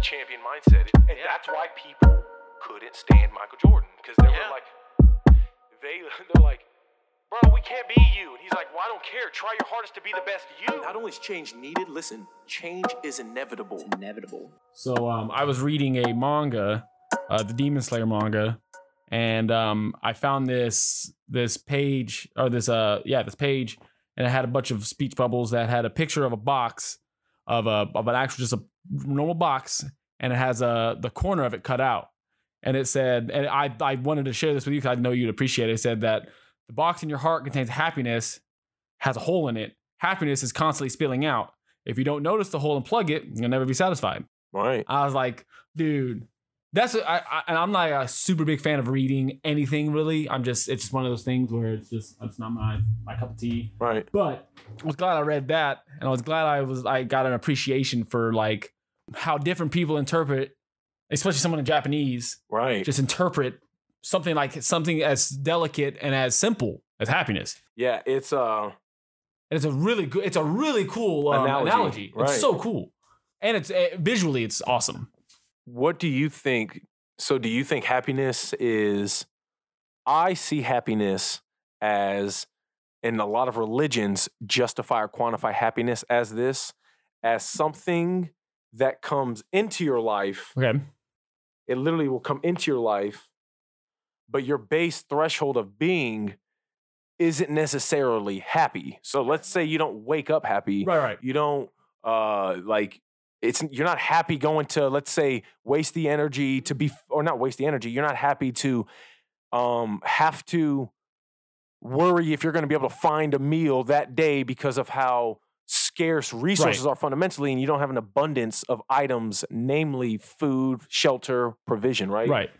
champion mindset, and Yeah. that's why people couldn't stand Michael Jordan because they Yeah. were like, they they're like, bro, we can't be you, and he's like, well, I don't care. Try your hardest to be the best you. Not only is change needed, listen, change is inevitable. It's inevitable. So um, I was reading a manga, uh, the Demon Slayer manga, and um, I found this this page or this uh yeah this page, and it had a bunch of speech bubbles that had a picture of a box of a of an actual just a normal box, and it has a the corner of it cut out, and it said and I I wanted to share this with you because I know you'd appreciate it. It said that the box in your heart contains happiness, has a hole in it. Happiness is constantly spilling out. If you don't notice the hole and plug it, you'll never be satisfied. Right. I was like, dude, that's what I, I and I'm not a super big fan of reading anything really. I'm just it's just one of those things where it's just it's not my my cup of tea. Right. But I was glad I read that, and I was glad I was I got an appreciation for like how different people interpret, especially someone in Japanese, Right. just interpret something like something as delicate and as simple as happiness. yeah, it's uh And it's a really good, it's a really cool um, Analogy, analogy. right. It's so cool, and it's eh, visually it's awesome. what do you think so do you think happiness is i see happiness as in a lot of religions justify or quantify happiness as this as something that comes into your life Okay, it literally will come into your life but your base threshold of being isn't necessarily happy so let's say you don't wake up happy right, right. you don't uh like it's you're not happy going to let's say waste the energy to be or not waste the energy you're not happy to um have to worry if you're going to be able to find a meal that day because of how scarce resources are fundamentally and you don't have an abundance of items namely food shelter provision right Right.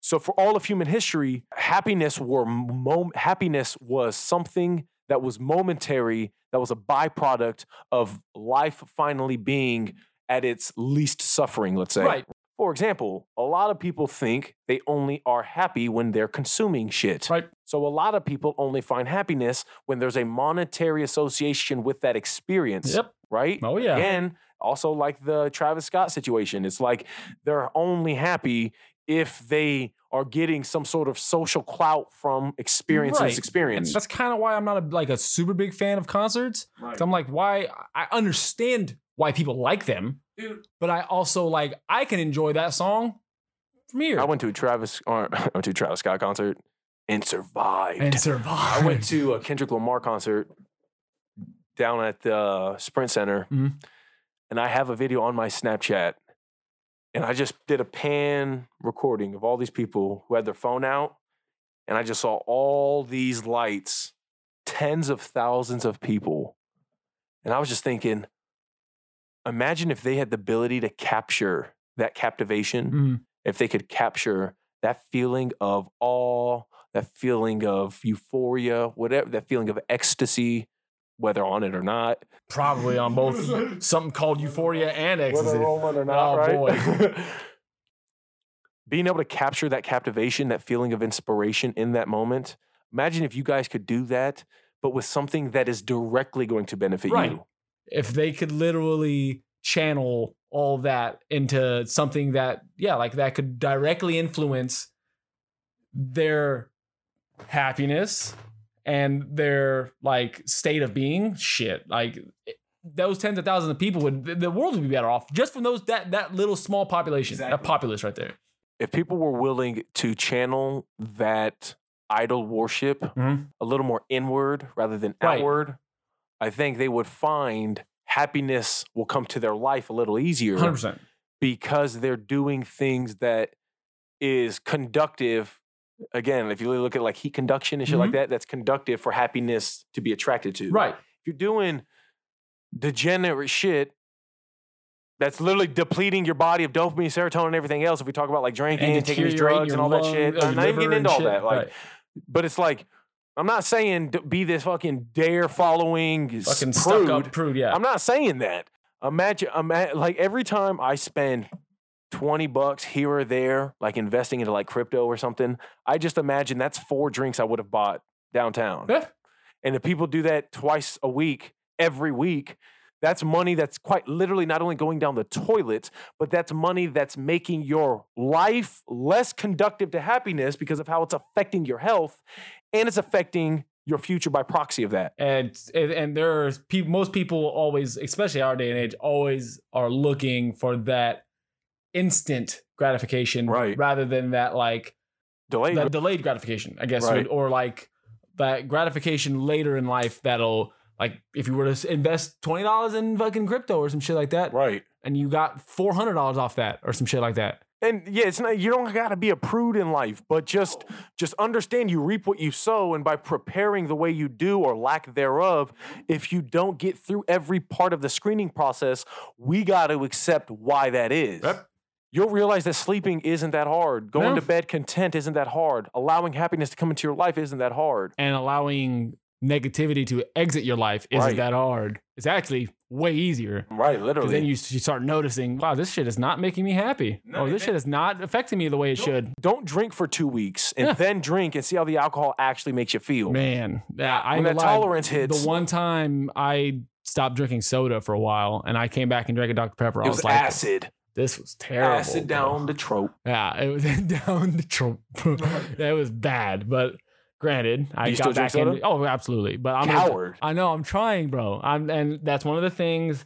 so for all of human history, happiness were mom- happiness was something that was momentary, that was a byproduct of life finally being at its least suffering, let's say. Right. For example, a lot of people think they only are happy when they're consuming shit. Right. So a lot of people only find happiness when there's a monetary association with that experience, Yep. right? Oh yeah. Again, also like the Travis Scott situation. It's like they're only happy if they are getting some sort of social clout from experience and Right. experience. That's kind of why I'm not a, like a super big fan of concerts. 'Cause I'm like, why? I understand why people like them, but I also like I can enjoy that song from here I went to a Travis or I went to a Travis Scott concert and survived. and survive. I went to a Kendrick Lamar concert down at the uh, Sprint Center, Mhm. and I have a video on my Snapchat, and I just did a pan recording of all these people who had their phone out, and I just saw all these lights, tens of thousands of people, and I was just thinking, imagine if they had the ability to capture that captivation Mhm. if they could capture that feeling of awe, that feeling of euphoria, whatever, that feeling of ecstasy, whether on it or not. Probably on both something called Euphoria and Ecstasy. on or not, right? boy. uh, Being able to capture that captivation, that feeling of inspiration in that moment. Imagine if you guys could do that, but with something that is directly going to benefit Right. you. If they could literally channel all that into something that yeah, like that could directly influence their happiness and their like state of being shit like it- those tens of thousands of people would the- the world would be better off just from those that that little small population that Exactly. populace right there If people were willing to channel that idol worship Mhm. a little more inward rather than Right. outward, I think they would find happiness will come to their life a little easier 100% because they're doing things that is conductive. Again, if you really look at like heat conduction and shit like that, that's conductive for happiness to be attracted to. right If you're doing degenerate shit, that's literally depleting your body of dopamine, serotonin, and everything else. If we talk about like drinking, taking these deteriorating drugs, your and all that lung- shit, uh, I'm your not even liver getting and into all shit. that. Like, Right. but it's like I'm not saying d- be this fucking dare following fucking prude. stuck up prude yeah I'm not saying that. Imagine, ima- like every time I spend twenty bucks here or there, like investing into like crypto or something, I just imagine that's four drinks I would have bought downtown. Yeah. And if people do that twice a week, every week, That's money that's quite literally not only going down the toilet, but that's money that's making your life less conductive to happiness because of how it's affecting your health and it's affecting your future by proxy of that. and and, and there's peop most people always especially our day and age always are looking for that instant gratification Right. rather than that like Delayed. that delayed gratification i guess Right. or, or like that gratification later in life that'll like if you were to s- invest $20 in fucking crypto or some shit like that right. and you got $400 off that or some shit like that and yeah, it's not you don't gotta be a prude in life, but just just understand you reap what you sow, and by preparing the way you do or lack thereof, if you don't get through every part of the screening process, we gotta accept why that is. Yep. You'll realize that sleeping isn't that hard. Going No. to bed content isn't that hard. Allowing happiness to come into your life isn't that hard. and allowing negativity to exit your life isn't Right. that hard it's actually way easier Right, Because then you, s- you start noticing, wow, this shit is not making me happy. No, or it this ma- shit is not affecting me the way it No. should. Don't drink for two weeks and Yeah. then drink and see how the alcohol actually makes you feel. Man, yeah, I when ain't that gonna lie. tolerance hits, The one time I stopped drinking soda for a while and I came back and drank a Dr. Pepper, I it was, was like, acid. this was terrible. acid bro. down the trope. Yeah, it was down the trope. that was bad, but granted, I you got still drink back in. soda? Oh, absolutely. But I'm gonna- Coward. I know I'm trying, bro. I'm and that's one of the things,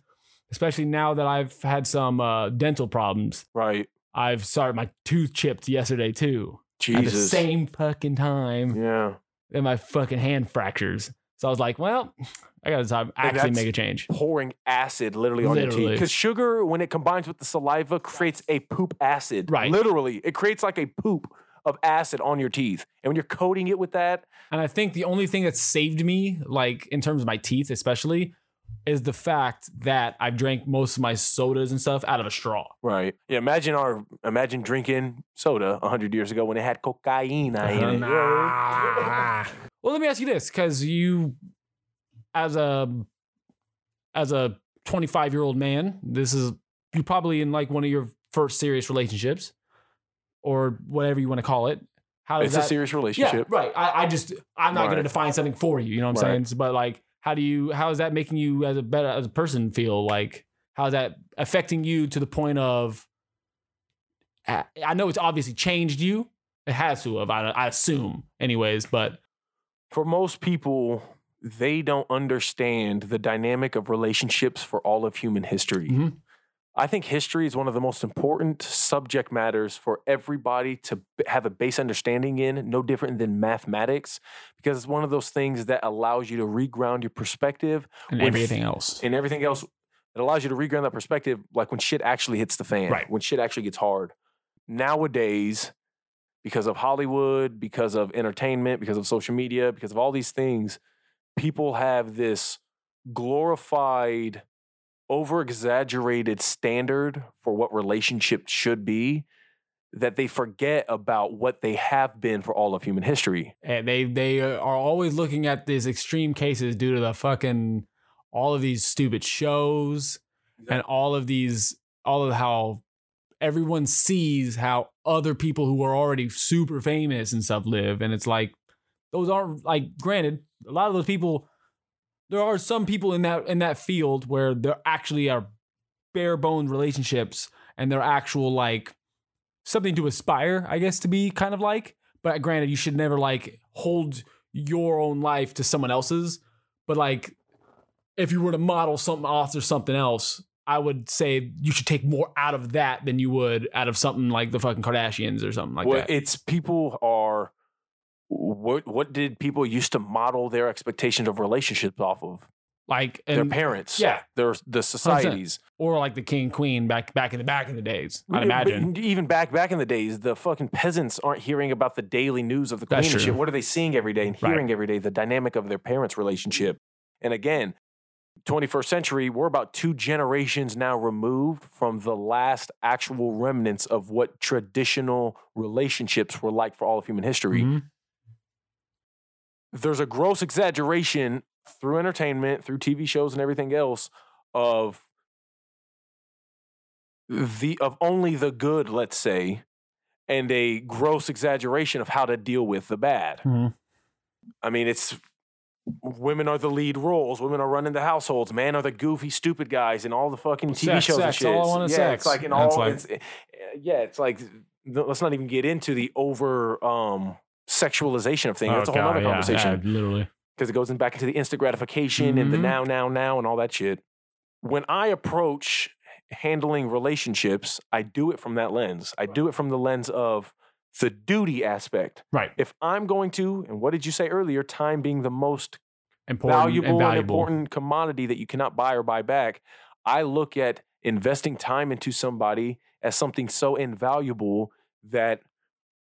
especially now that I've had some uh, dental problems. Right. I've started my tooth chipped yesterday too. At the Jesus. same fucking time Yeah. that my fucking hand fractures. So I was like, well, I gotta stop actually that's- make a change. Pouring acid literally on your teeth. Literally. Because sugar, when it combines with the saliva, creates a poop acid. Right. Literally, it creates like a poop of acid on your teeth. And when you're coating it with that, And I think the only thing that saved me, like in terms of my teeth especially, is the fact that I've drank most of my sodas and stuff out of a straw. right? Yeah. Imagine our imagine drinking soda hundred years ago when it had cocaine in it. Nah. well, let me ask you this, because you, as a, as a 25 year old man, this is you probably in like one of your first serious relationships, or whatever you want to call it. How does It's that? a serious yeah, relationship. right. I, I just I'm not going Right. to define something for you. You know what I'm Right. saying? But like, how do you? How is that making you as a better as a person feel? Like, how's that affecting you to the point of? I I know it's obviously changed you. It has to have. I, I assume, anyways. But For most people, they don't understand the dynamic of relationships for all of human history. Mhm. I think history is one of the most important subject matters for everybody to b- have a base understanding in, no different than mathematics, because it's one of those things that allows you to reground your perspective and When- everything else. and everything else. It allows you to reground that perspective, like when shit actually hits the fan, Right. when shit actually gets hard. Nowadays, because of Hollywood, because of entertainment, because of social media, because of all these things, people have this glorified, over exaggerated standard for what relationships should be that they forget about what they have been for all of human history. And they they are always looking at these extreme cases due to the fucking all of these stupid shows and all of these all of how everyone sees how other people who are already super famous and stuff live and it's like those aren't like granted a lot of those people there are some people in that in that field where there actually are bare bone relationships and they're actual like something to aspire i guess to be kind of like but granted you should never like hold your own life to someone else's but like if you were to model something off or something else i would say you should take more out of that than you would out of something like the fucking kardashians or something like well, that it's people are what what did people used to model their expectations of relationships off of? like their and, parents. yeah. Their the societies. or like the king queen back back in the back in the days i'd But imagine Even back back in the days, the fucking peasants aren't hearing about the daily news of the queen That's and shit. true. What are they seeing every day and Right. hearing every day? The dynamic of their parents' relationship. And again, 21st century, we're about two generations now removed from the last actual remnants of what traditional relationships were like for all of human history. Mhm. there's a gross exaggeration through entertainment, through TV shows and everything else of the of only the good, let's say, and Mm-hmm. a gross exaggeration of how to deal with the bad. Mhm. I mean, it's women are the lead roles. Women are running the households. Men are the goofy, stupid guys in all the fucking TV Sex, shows sex, and shit. all I want is yeah, sex. it's like in And it's all. like- It's, uh, yeah, it's like th- let's not even get into the over um, sexualization of things. That's a Oh, whole other conversation literally. because it goes in back into the instant gratification and the Mhm. now, now, now, and all that shit. When I approach handling relationships, I do it from that lens. I do it from the lens of the duty aspect. Right. If I'm going to, and what did you say earlier? Time being the most Important valuable and and, valuable. important commodity that you cannot buy or buy back. I look at investing time into somebody as something so invaluable that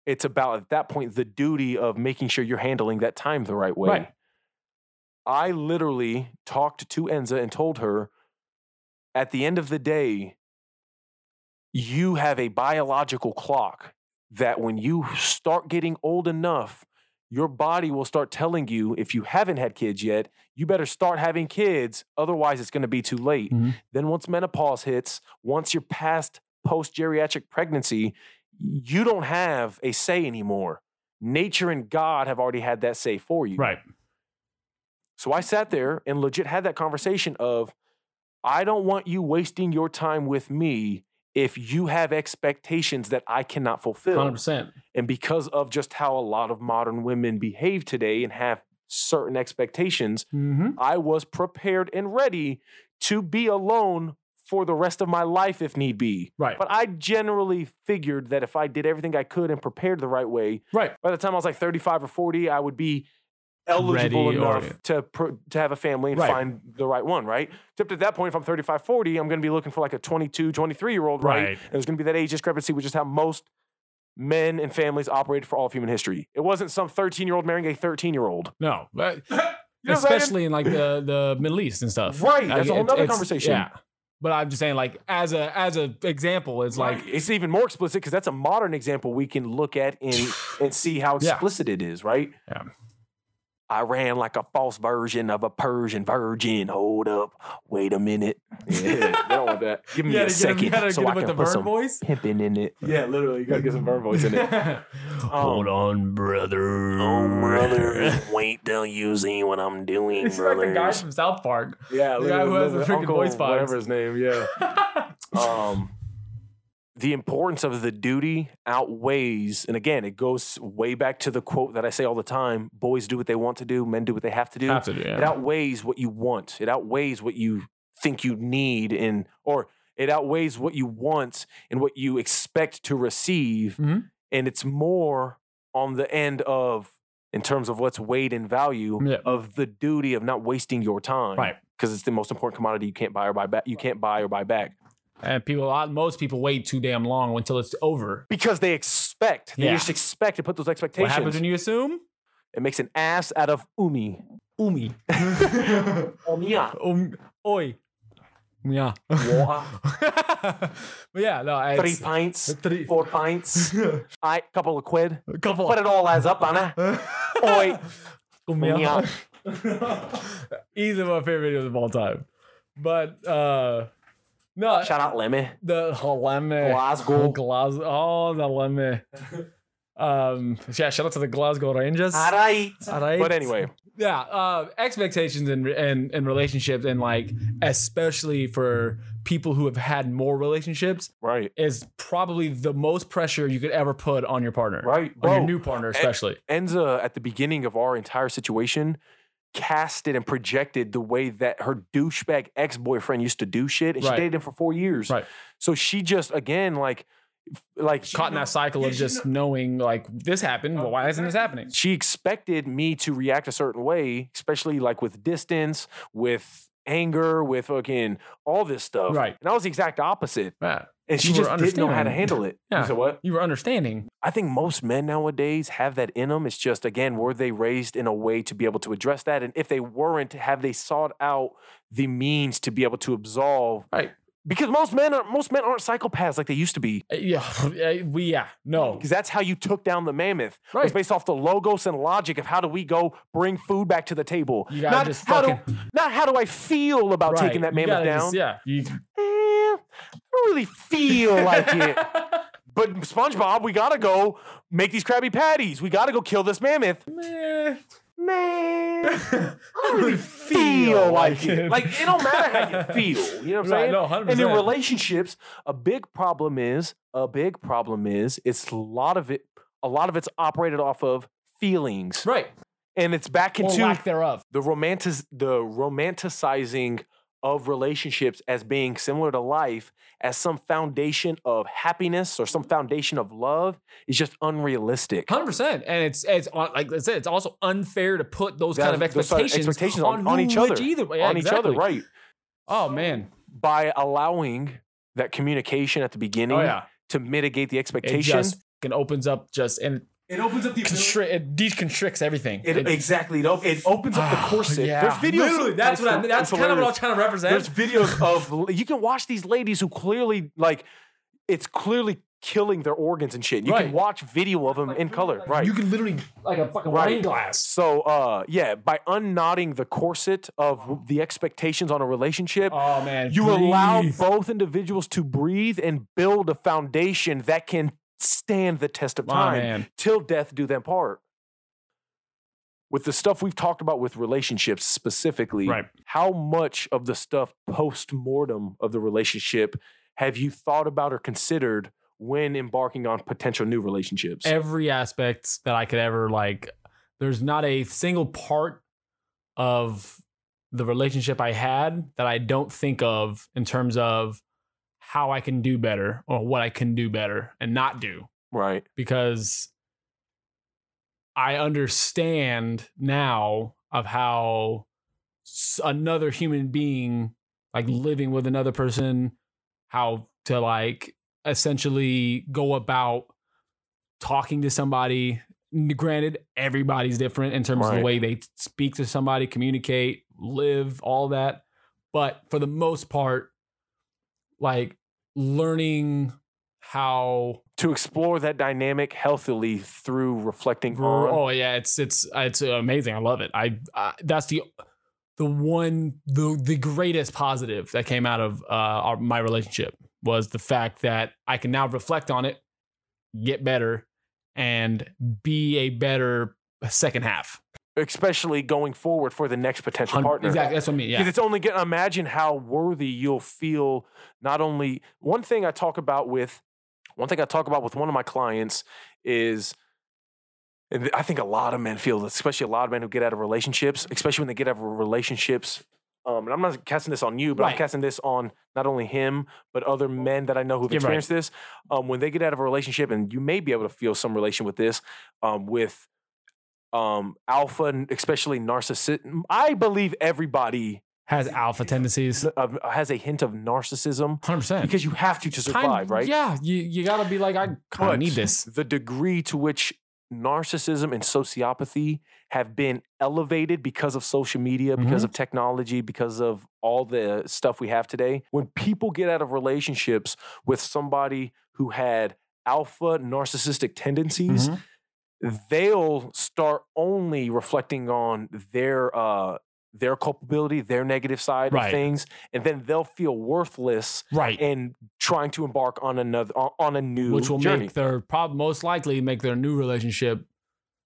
it's about at that point the duty of making sure you're handling that time the right way. Right. I literally talked to Enza and told her at the end of the day, you have a biological clock that when you start getting old enough, your body will start telling you if you haven't had kids yet, you better start having kids. Otherwise, it's going to be too late. Mhm. Then, once menopause hits, once you're past post geriatric pregnancy, you don't have a say anymore. Nature and God have already had that say for you. Right. So I sat there and legit had that conversation of I don't want you wasting your time with me if you have expectations that I cannot fulfill. Hundred percent. And because of just how a lot of modern women behave today and have certain expectations, Mm-hmm. I was prepared and ready to be alone for the rest of my life if need be. Right. But I generally figured that if I did everything I could and prepared the right way, Right. by the time I was like 35 or 40, I would be eligible Ready or- enough to pro- to have a family and Right. find the right one, right? Except at that point, if I'm 35, 40, I'm going to be looking for like a 22, 23 year old, right? Right. And there's going to be that age discrepancy, which is how most men and families operated for all of human history. It wasn't some 13 year old marrying a 13 year old. No. But You know what I'm saying? especially in like the the Middle East and stuff. Right, Like, that's a whole it's- nother it's- conversation. Yeah. But I'm just saying, like as a as a example, it's like mm, Like it's even more explicit because that's a modern example we can look at and, and see how Yeah. explicit it is, right? Yeah. I ran like a false version of a Persian virgin. Hold up, wait a minute. Yeah, they don't want that. Give me a You gotta get him- you second gotta so get I him with can the put bird some voice. pimping in it. Um, Yeah, literally, you gotta get some verb voice in it. Hold on, brother. wait till you see what I'm doing, It's like the guy from South Park. yeah, the guy who has the freaking voice box. whatever his name. Yeah. um, the importance of the duty outweighs, and again, it goes way back to the quote that I say all the time: "Boys do what they want to do, men do what they have to do." Have to do, It yeah. outweighs what you want. It outweighs what you think you need, and or it outweighs what you want and what you expect to receive, Mhm. and it's more on the end of. In terms of what's weighed in value Yeah. of the duty of not wasting your time, Right. Because it's the most important commodity you can't buy or buy back. You can't buy or buy back. And people, a lot- most people wait too damn long until it's over. because they expect. They Yeah. just expect to put those What expectations. happens when you assume? it makes an ass out of Umi. Umi. Umia. um, oi. Yeah. but yeah, no, I, Three it's, pints, three- four pints, I couple of quid. a couple. Put it all adds up, Anna. Oi. Yeah. Easily my favorite videos of all time. But uh no Shout out Lemmy. the Haleme. Glasgow. Glasgow. Oh the Haleme. Um yeah, shout out to the Glasgow Rangers. All right. All right. But anyway, Yeah, uh, expectations and and and relationships and like especially for people who have had more relationships right, is probably the most pressure you could ever put on your partner, right, On bro. your new partner, especially. Enza at the beginning of our entire situation casted and projected the way that her douchebag ex-boyfriend used to do shit and she Right. dated him for 4 years. Right. So she just again like like Caught in that cycle of just knowing like this happened, Oh, but why isn't this happening? she expected me to react a certain way, especially like with distance, with anger, with fucking all this stuff. Right. And I was the exact opposite. Yeah. And she You were just didn't know how to understanding. handle it. Yeah. You said what? You were understanding. I think most men nowadays have that in them. It's just again, were they raised in a way to be able to address that? And if they weren't, have they sought out the means to be able to absolve? Right. Because most men are most men aren't psychopaths like they used to be. Uh, Yeah, we yeah no Because that's how you took down the mammoth. It's right. based off the logos and logic of how do we go bring food back to the table. You gotta not, just how do, fucking- not how do I feel about right. taking that You mammoth gotta down. just- yeah, you Eh, I don't really feel like it. But SpongeBob, we gotta go make these Krabby Patties. We gotta go kill this mammoth. Meh. man, I I don't really feel like it. Like it don't matter how you feel. You know what I'm saying? right, no, 100%. And in relationships, a big problem is a big problem is it's a lot of it. A lot of it's operated off of feelings, right. and it's back Or into lack thereof. the romantic the romanticizing of relationships as being similar to life as some foundation of happiness or some foundation of love is just unrealistic. Hundred percent, and it's it's on- like I said, it's also unfair to put those That- kind of those sort of expectations, expectations on- on who each would other. either way. Yeah, on each other, exactly. right? Oh man, By allowing that communication at the beginning oh yeah, to mitigate the it expectation. just can opens up just and It opens up the constri- it deconstricts everything. it, exactly. It, op- it opens up the Oh, corset. yeah. There's videos. Literally, that's it's what I- hil- that's it's kind of what I hilarious. was trying to represent. There's videos of you can watch these ladies who clearly like it's clearly killing their organs and shit. You Right. can watch video of them in color, right? You can literally like a fucking Right. wine glass. so, uh, yeah, by unknotting the corset of the expectations on a relationship, Oh man, you allow breathe. both individuals to breathe and build a foundation that can stand the test of Oh, time man. till death do them part. With the stuff we've talked about with relationships specifically, Right. how much of the stuff post mortem of the relationship have you thought about or considered when embarking on potential new relationships? every aspect that I could ever like. There's not a single part of the relationship I had that I don't think of in terms of how I can do better or what I can do better and not do right. because I understand now of how s- another human being, like living with another person, how to like essentially go about talking to somebody. N- Granted, everybody's different in terms of the Right. way they t- speak to somebody, communicate, live, all that. But for the most part, like learning how To explore that dynamic healthily through reflecting on. Oh yeah, it's it's it's amazing. I love it. I uh, that's the the one the the greatest positive that came out of uh our, my relationship was the fact that I can now reflect on it, get better, and be a better second half. especially going forward for the next potential Hun- partner. Exactly, that's what I mean. Because Yeah, it's only going to imagine how worthy you'll feel. Not only one thing I talk about with one thing I talk about with one of my clients is, and I think a lot of men feel this, especially a lot of men who get out of relationships, especially when they get out of relationships. Um, and I'm not casting this on you, but Right. I'm casting this on not only him, but other men that I know who've You're right. experienced this. Um, when they get out of a relationship, and you may be able to feel some relation with this, um, with um, alpha, and especially narcissist. I believe everybody has alpha tendencies. n- of- has a hint of narcissism Hundred percent. because you have to to survive, right? Yeah, you you gotta be like I kind But of need this. The degree to which narcissism and sociopathy have been elevated because of social media, because Mm-hmm. of technology, because of all the stuff we have today. When people get out of relationships with somebody who had alpha narcissistic tendencies, Mhm. they'll start only reflecting on their uh their culpability, their negative side Right. of things, and then they'll feel worthless Right. in trying to embark on another on- on a new which will journey. make their prob most likely make their new relationship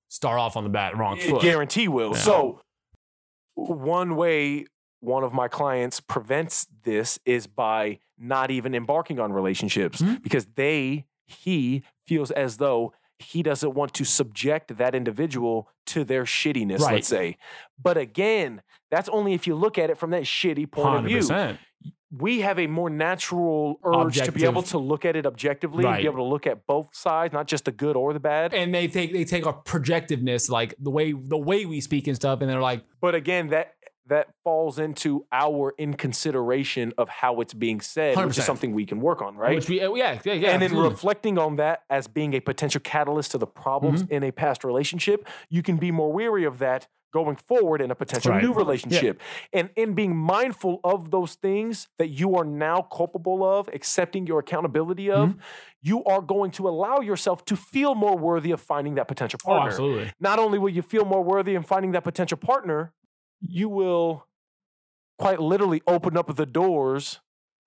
start off on the bat wrong It foot. guarantee will. Yeah. So one way one of my clients prevents this is by not even embarking on relationships Mhm. because they he feels as though he doesn't want to subject that individual to their shittiness, Right. let's say. But again, that's only if you look at it from that shitty point of view. 100%. we have a more natural urge to be able Objective. to look at it objectively and Right. Eh. be able to look at both sides, not just the good or the bad. And they take they take our projectiveness, like the way the way we speak and stuff, and they're like, But again, that that falls into our inconsideration of how it's being said, which 100%. is something we can work on, right? which we, yeah, yeah, yeah. and in absolutely. reflecting on that as being a potential catalyst to the problems Mm-hmm. in a past relationship, you can be more wary of that going forward in a potential Right. new relationship. And in being mindful of those things that you are now culpable of, accepting your accountability of, Mm-hmm. you are going to allow yourself to feel more worthy of finding that potential oh, partner absolutely. not only will you feel more worthy in finding that potential partner, you will quite literally open up the doors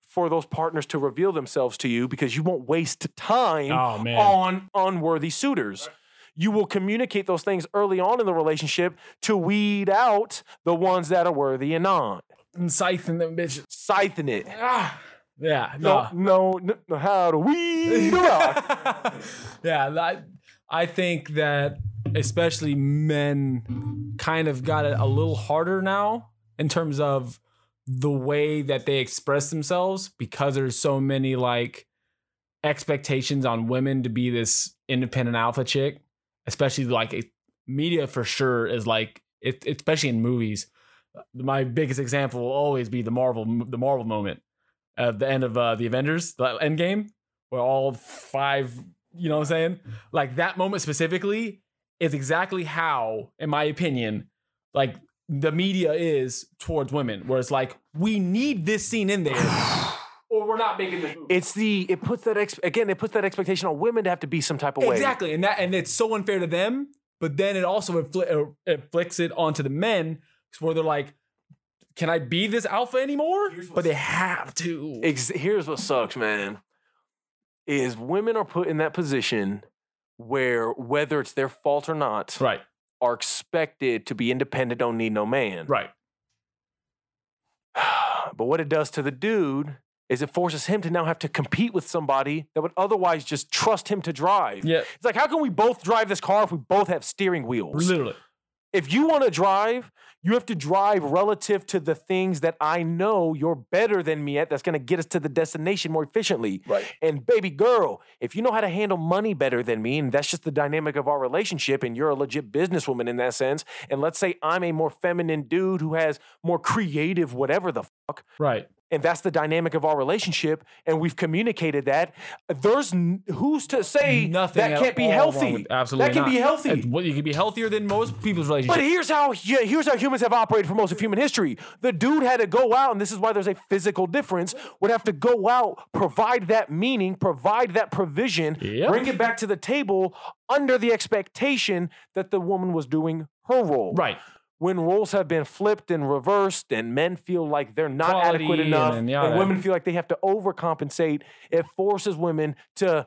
for those partners to reveal themselves to you because you won't waste time Oh man, on unworthy suitors. you will communicate those things early on in the relationship to weed out the ones that are worthy and not. and scything them bitches. Scything it. Ah, yeah, No, no. no, no, no how to weed them out. yeah, I, I think that especially men kind of got it a little harder now in terms of the way that they express themselves because there's so many like expectations on women to be this independent alpha chick, especially like it, media for sure is like it, especially in movies. My biggest example will always be the Marvel the Marvel moment at the end of uh, the Avengers the end game where all five, you know what I'm saying? Like that moment specifically is exactly how, in my opinion, like the media is towards women, where it's like, we need this scene in there, or we're not making this movie. It's the it puts that ex, again it puts that expectation on women to have to be some type of way. exactly. And that and it's so unfair to them, but then it also infl- uh, inflicts it onto the men where they're like, can I be this alpha anymore? But they have to. Ex- here's what sucks, man, is women are put in that position where whether it's their fault or not right, are expected to be independent, don't need no man. right. But what it does to the dude is it forces him to now have to compete with somebody that would otherwise just trust him to drive. Yeah, It's like, how can we both drive this car if we both have steering wheels? literally. If you want to drive, you have to drive relative to the things that I know you're better than me at that's going to get us to the destination more efficiently. Right. And baby girl, if you know how to handle money better than me, and that's just the dynamic of our relationship, and you're a legit businesswoman in that sense, and let's say I'm a more feminine dude who has more creative whatever the fuck, Right. and that's the dynamic of our relationship, and we've communicated that. There's n- who's to say nothing that at can't be all wrong healthy? with- absolutely that can not. be healthy. It's what- you can be healthier than most people's But relationship. here's how yeah, here's how humans have operated for most of human history. The dude had to go out, and this is why there's a physical difference. Would have to go out, provide that meaning, provide that provision, Yep. bring it back to the table under the expectation that the woman was doing her role. right. When roles have been flipped and reversed, and men feel like they're not Quality adequate and enough, then and, yada. women feel like they have to overcompensate, it forces women to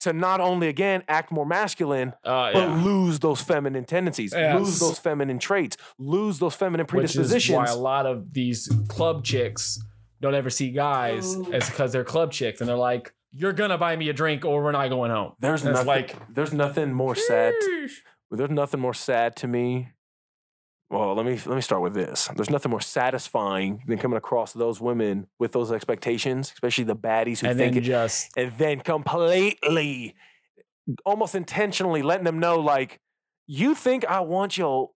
to not only again act more masculine, Uh, but lose those feminine tendencies, Yes. lose those feminine traits, lose those feminine Which is why predispositions. a lot of these club chicks don't ever see guys is because they're club chicks and they're like, you're going to buy me a drink or we're not going home. there's That's nothing. like- Mm. there's nothing more sad. There's nothing more sad to me. Well, let me let me start with this. There's nothing more satisfying than coming across those women with those expectations, especially the baddies who And think then it, just, and then completely, almost intentionally letting them know, like, you think I want your,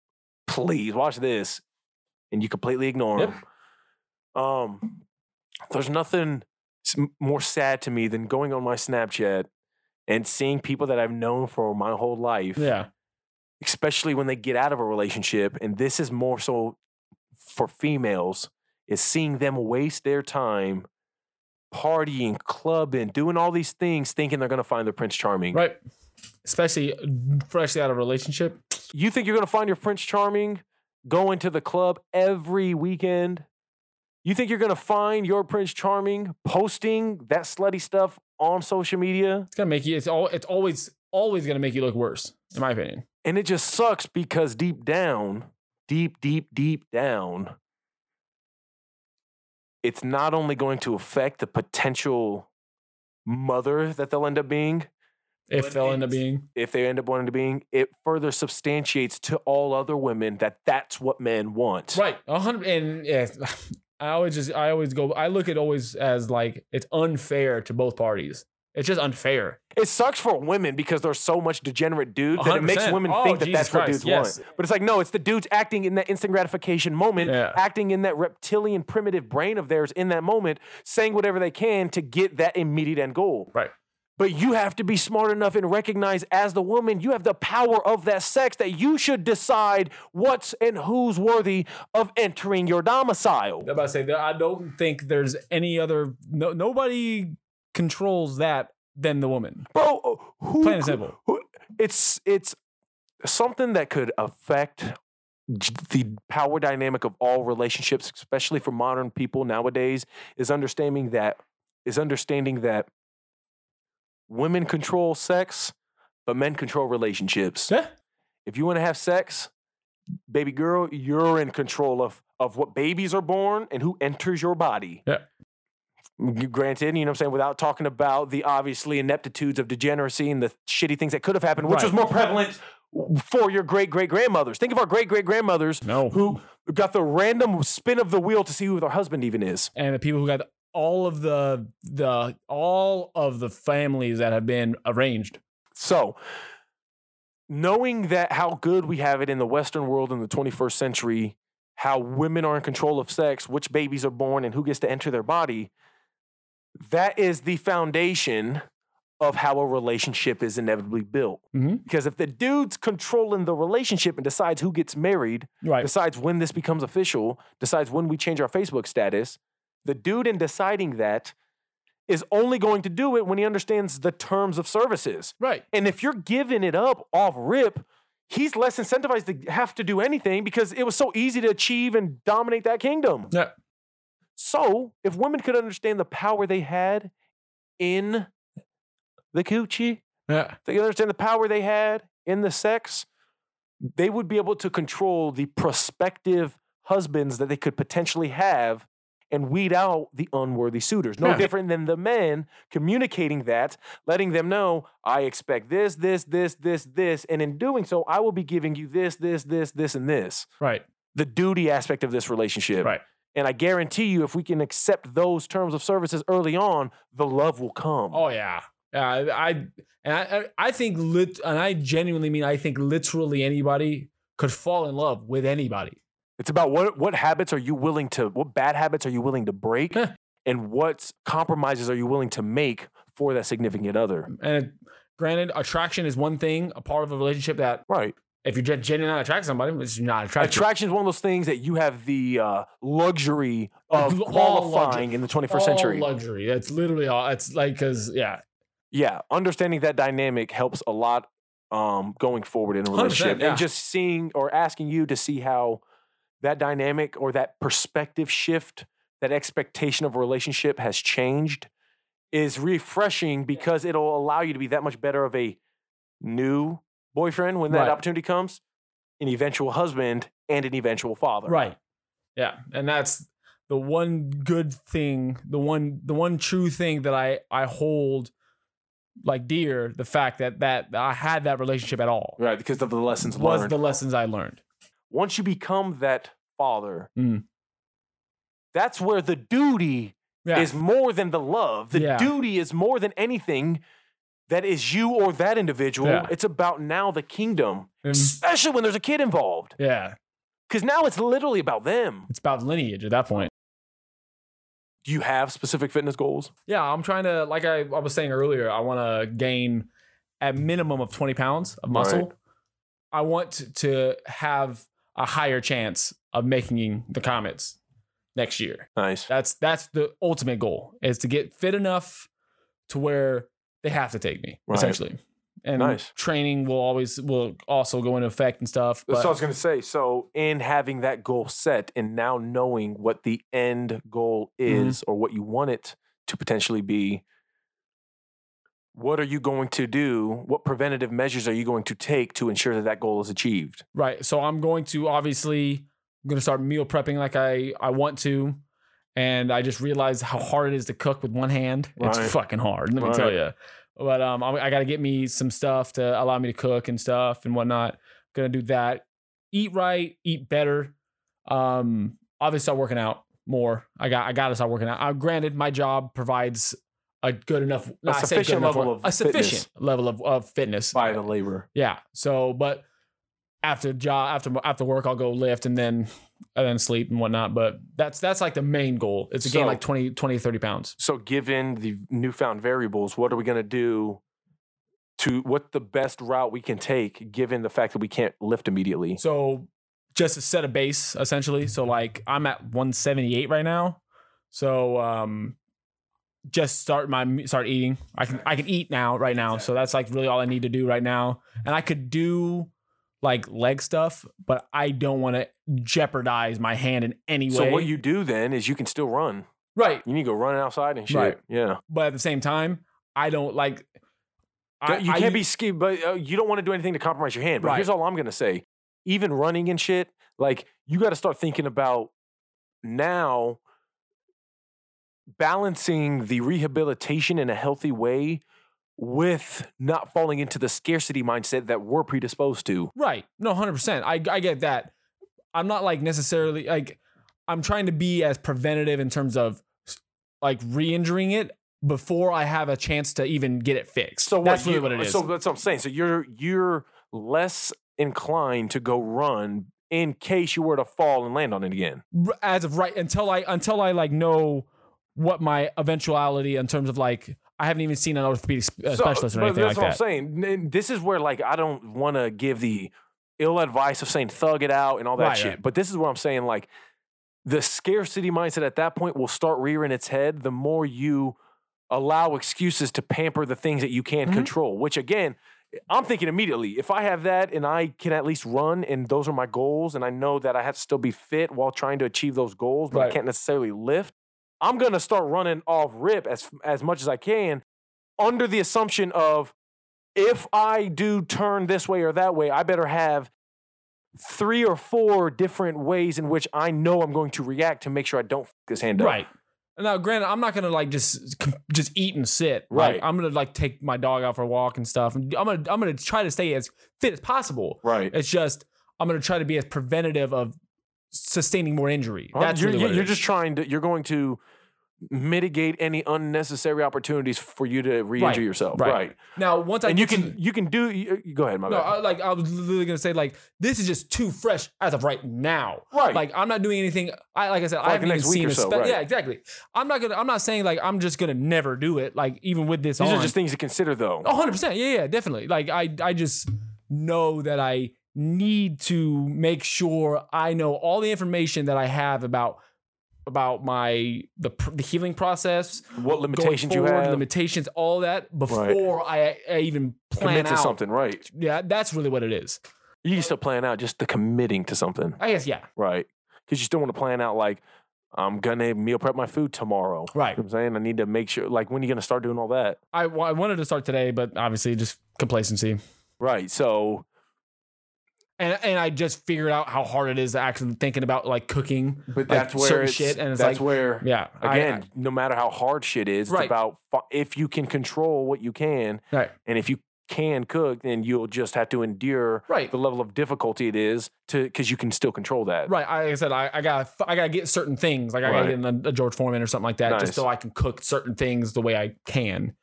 please watch this, and you completely ignore Yep. them. Um, there's nothing s- m- more sad to me than going on my Snapchat and seeing people that I've known for my whole life, yeah. especially when they get out of a relationship, and this is more so for females, is seeing them waste their time partying, clubbing, doing all these things, thinking they're gonna find their Prince Charming. Right. Especially freshly out of a relationship. You think you're gonna find your Prince Charming going to the club every weekend? You think you're gonna find your Prince Charming posting that slutty stuff on social media? It's going to make you, it's, all, it's always, always going to make you look worse, in my opinion. And it just sucks because deep down, deep, deep, deep down, it's not only going to affect the potential mother that they'll end up being, If But they'll end up it's- being, if they end up wanting to being, it further substantiates to all other women that that's what men want. Right. A hundred and yeah, I always just I always go I look at always as like it's unfair to both parties. It's just unfair. It sucks for women because there's so much degenerate dudes that it makes 100%. women Oh, think that Jesus that's what Christ, dudes yes. want. But it's like, no, it's the dudes acting in that instant gratification moment, Yeah. acting in that reptilian primitive brain of theirs in that moment, saying whatever they can to get that immediate end goal. Right. But you have to be smart enough and recognize as the woman, you have the power of that sex that you should decide what's and who's worthy of entering your domicile. I'm about to say that I don't think there's any other no nobody controls that than the woman. Bro, uh, who Plain and could- simple. Who- it's it's something that could affect j- the power dynamic of all relationships especially for modern people nowadays is understanding that is understanding that women control sex but men control relationships. Yeah. If you want to have sex, baby girl, you're in control of of what babies are born and who enters your body. Yeah. G- Granted, you know what I'm saying, without talking about the obviously ineptitudes of degeneracy and the shitty things that could have happened, which Right. was more prevalent for your great great grandmothers. Think of our great great grandmothers No. who got the random spin of the wheel to see who their husband even is. and the people who got all of the the all of the families that have been arranged. So, knowing that how good we have it in the Western world in the 21st century, how women are in control of sex, which babies are born, and who gets to enter their body, that is the foundation of how a relationship is inevitably built. Mhm. Because if the dude's controlling the relationship and decides who gets married, Right. decides when this becomes official, decides when we change our Facebook status, the dude in deciding that is only going to do it when he understands the terms of services. Right. And if you're giving it up off rip, he's less incentivized to have to do anything because it was so easy to achieve and dominate that kingdom. Yeah. So if women could understand the power they had in the coochie, Yeah. they could understand the power they had in the sex, they would be able to control the prospective husbands that they could potentially have and weed out the unworthy suitors. No Yeah. different than the men communicating that, letting them know, I expect this, this, this, this, this. And in doing so, I will be giving you this, this, this, this, and this. Right. The duty aspect of this relationship. Right. And I guarantee you, if we can accept those terms of services early on, the love will come. Oh yeah. Yeah. I I- and I I- I think lit and I genuinely mean I think literally anybody could fall in love with anybody. It's about what what habits are you willing to what bad habits are you willing to break Yeah. and what compromises are you willing to make for that significant other. And granted, attraction is one thing, a part of a relationship that Right. if you're gen- genuinely not attracted to somebody, it's not attracted. Attraction is one of those things that you have the uh, luxury of All qualifying in the 21st All century. luxury. That's literally all. That's like because yeah, yeah, understanding that dynamic helps a lot um, going forward in a 100%, relationship yeah. and just seeing or asking you to see how that dynamic or that perspective shift, that expectation of a relationship has changed is refreshing because it'll allow you to be that much better of a new boyfriend when that Right. opportunity comes, an eventual husband and an eventual father. Right. Yeah, and that's the one good thing, the one the one true thing that I I hold like dear, the fact that that I had that relationship at all Right, because of the lessons was learned. the lessons I learned. once you become that father, Mm. that's where the duty Yeah. is more than the love. The Yeah. duty is more than anything that is you or that individual. Yeah. It's about now the kingdom, And- especially when there's a kid involved, yeah, because now it's literally about them. it's about lineage at that point. Do you have specific fitness goals? Yeah, I'm trying to like I, I was saying earlier, I want to gain a minimum of 20 pounds of muscle. Right. I want t- to have a higher chance of making the comments next year. Nice. That's that's the ultimate goal is to get fit enough to where they have to take me Right. essentially. And Nice. training will always will also go into effect and stuff. That's But what I was going to say. So, in having that goal set and now knowing what the end goal is or what you want it to potentially be, what are you going to do? What preventative measures are you going to take to ensure that that goal is achieved? right, so I'm going to obviously I'm going to start meal prepping like I I want to, and I just realized how hard it is to cook with one hand. Right. It's fucking hard. Let me tell Right. you. But um, I, I got to get me some stuff to allow me to cook and stuff and whatnot. Gonna do that. Eat right. Eat better. um obviously start working out more i got i gotta start working out uh, granted my job provides a good enough not- I say good sufficient enough, level work- of a sufficient level of, of fitness By the labor. yeah so but after job after after work i'll go lift and then and then sleep and whatnot but that's that's like the main goal it's to gain So- like 20 20 30 pounds So, given the newfound variables, what are we going to do? To what the best route we can take, given the fact that we can't lift immediately. so just to set a base essentially so like i'm at 178 right now so um just start my me- start eating i can i can eat now right now so that's like really all i need to do right now and i could do like leg stuff but i don't want to jeopardize my hand in any way So what you do then is you can still run. right You need to go run outside and shit. Right. Yeah. but at the same time i don't like I- you I can't u- be ski, but uh, you don't want to do anything to compromise your hand. But Right. here's all I'm gonna say: even running and shit, like you got to start thinking about now balancing the rehabilitation in a healthy way with not falling into the scarcity mindset that we're predisposed to. Right. No, 100%. I, I get that. I'm not like necessarily like I'm trying to be as preventative in terms of like re-injuring it before I have a chance to even get it fixed. So that's what really you- what it is. So that's what I'm saying. So you're you're less inclined to go run in case you were to fall and land on it again. r- as of right until I until I like know what my eventuality in terms of like I haven't even seen an orthopedic sp- uh, So, specialist or but anything like that's that. what I'm saying. N- This is where like I don't want to give the ill advice of saying thug it out and all that Right, shit. right. But this is where I'm saying like the scarcity mindset at that point will start rearing its head the more you allow excuses to pamper the things that you can Mhm. control, which again, I'm thinking immediately, if I have that and I can at least run and those are my goals and I know that I have to still be fit while trying to achieve those goals, but I Right. can't necessarily lift, I'm going to start running off rip as as much as I can under the assumption of if I do turn this way or that way, I better have three or four different ways in which I know I'm going to react to make sure I don't f this hand up. Right. Now, granted, I'm not gonna like just just eat and sit. Like, Right. I'm gonna like take my dog out for a walk and stuff. I'm gonna I'm gonna try to stay as fit as possible. Right. It's just I'm gonna try to be as preventative of sustaining more injury. Aren't- That's Oh, you're, really you're- what it you're is. just trying to you're going to mitigate any unnecessary opportunities for you to re-injure Right, yourself. right. Right. now once I And you get to- can Oh, you can do you, you- go ahead, my no, bad. I, like I was literally gonna say like this is just too fresh as of right now. right. Like I'm not doing anything. I like I said, the I haven't next even week seen or a so, spe- right. Yeah, exactly. I'm not gonna. I'm not saying like I'm just gonna never do it. Like even with this These on, Oh, are just things to consider though. A hundred percent. Yeah, yeah, definitely. Like I, I just know that I need to make sure I know all the information that I have about about my the pr- the healing process, what going limitations you forward, have limitations, all that before I, I even plan commit to out. something, right? Yeah, that's really what it is. You can still plan out just the committing to something, I guess. Yeah. right? Because you still want to plan out like I'm gonna meal prep my food tomorrow. Right. You know what I'm saying I need to make sure like when are you gonna start doing all that? I, wa- I wanted to start today, but obviously just complacency. Right. So And, and I just figured out how hard it is to actually thinking about like cooking. but that's where certain it's- shit, and it's that's like- where Yeah. I- again, no matter how hard shit is, Right. it's about fu- if you can control what you can, I- right. and if you can cook, then you'll just have to endure Right. the level of difficulty it is to because you can still control that. Right. I, like I said I, I gotta f- I gotta get certain things. Like I Right. gotta get a, a George Foreman or something like that, just Nice. so I can cook certain things the way I can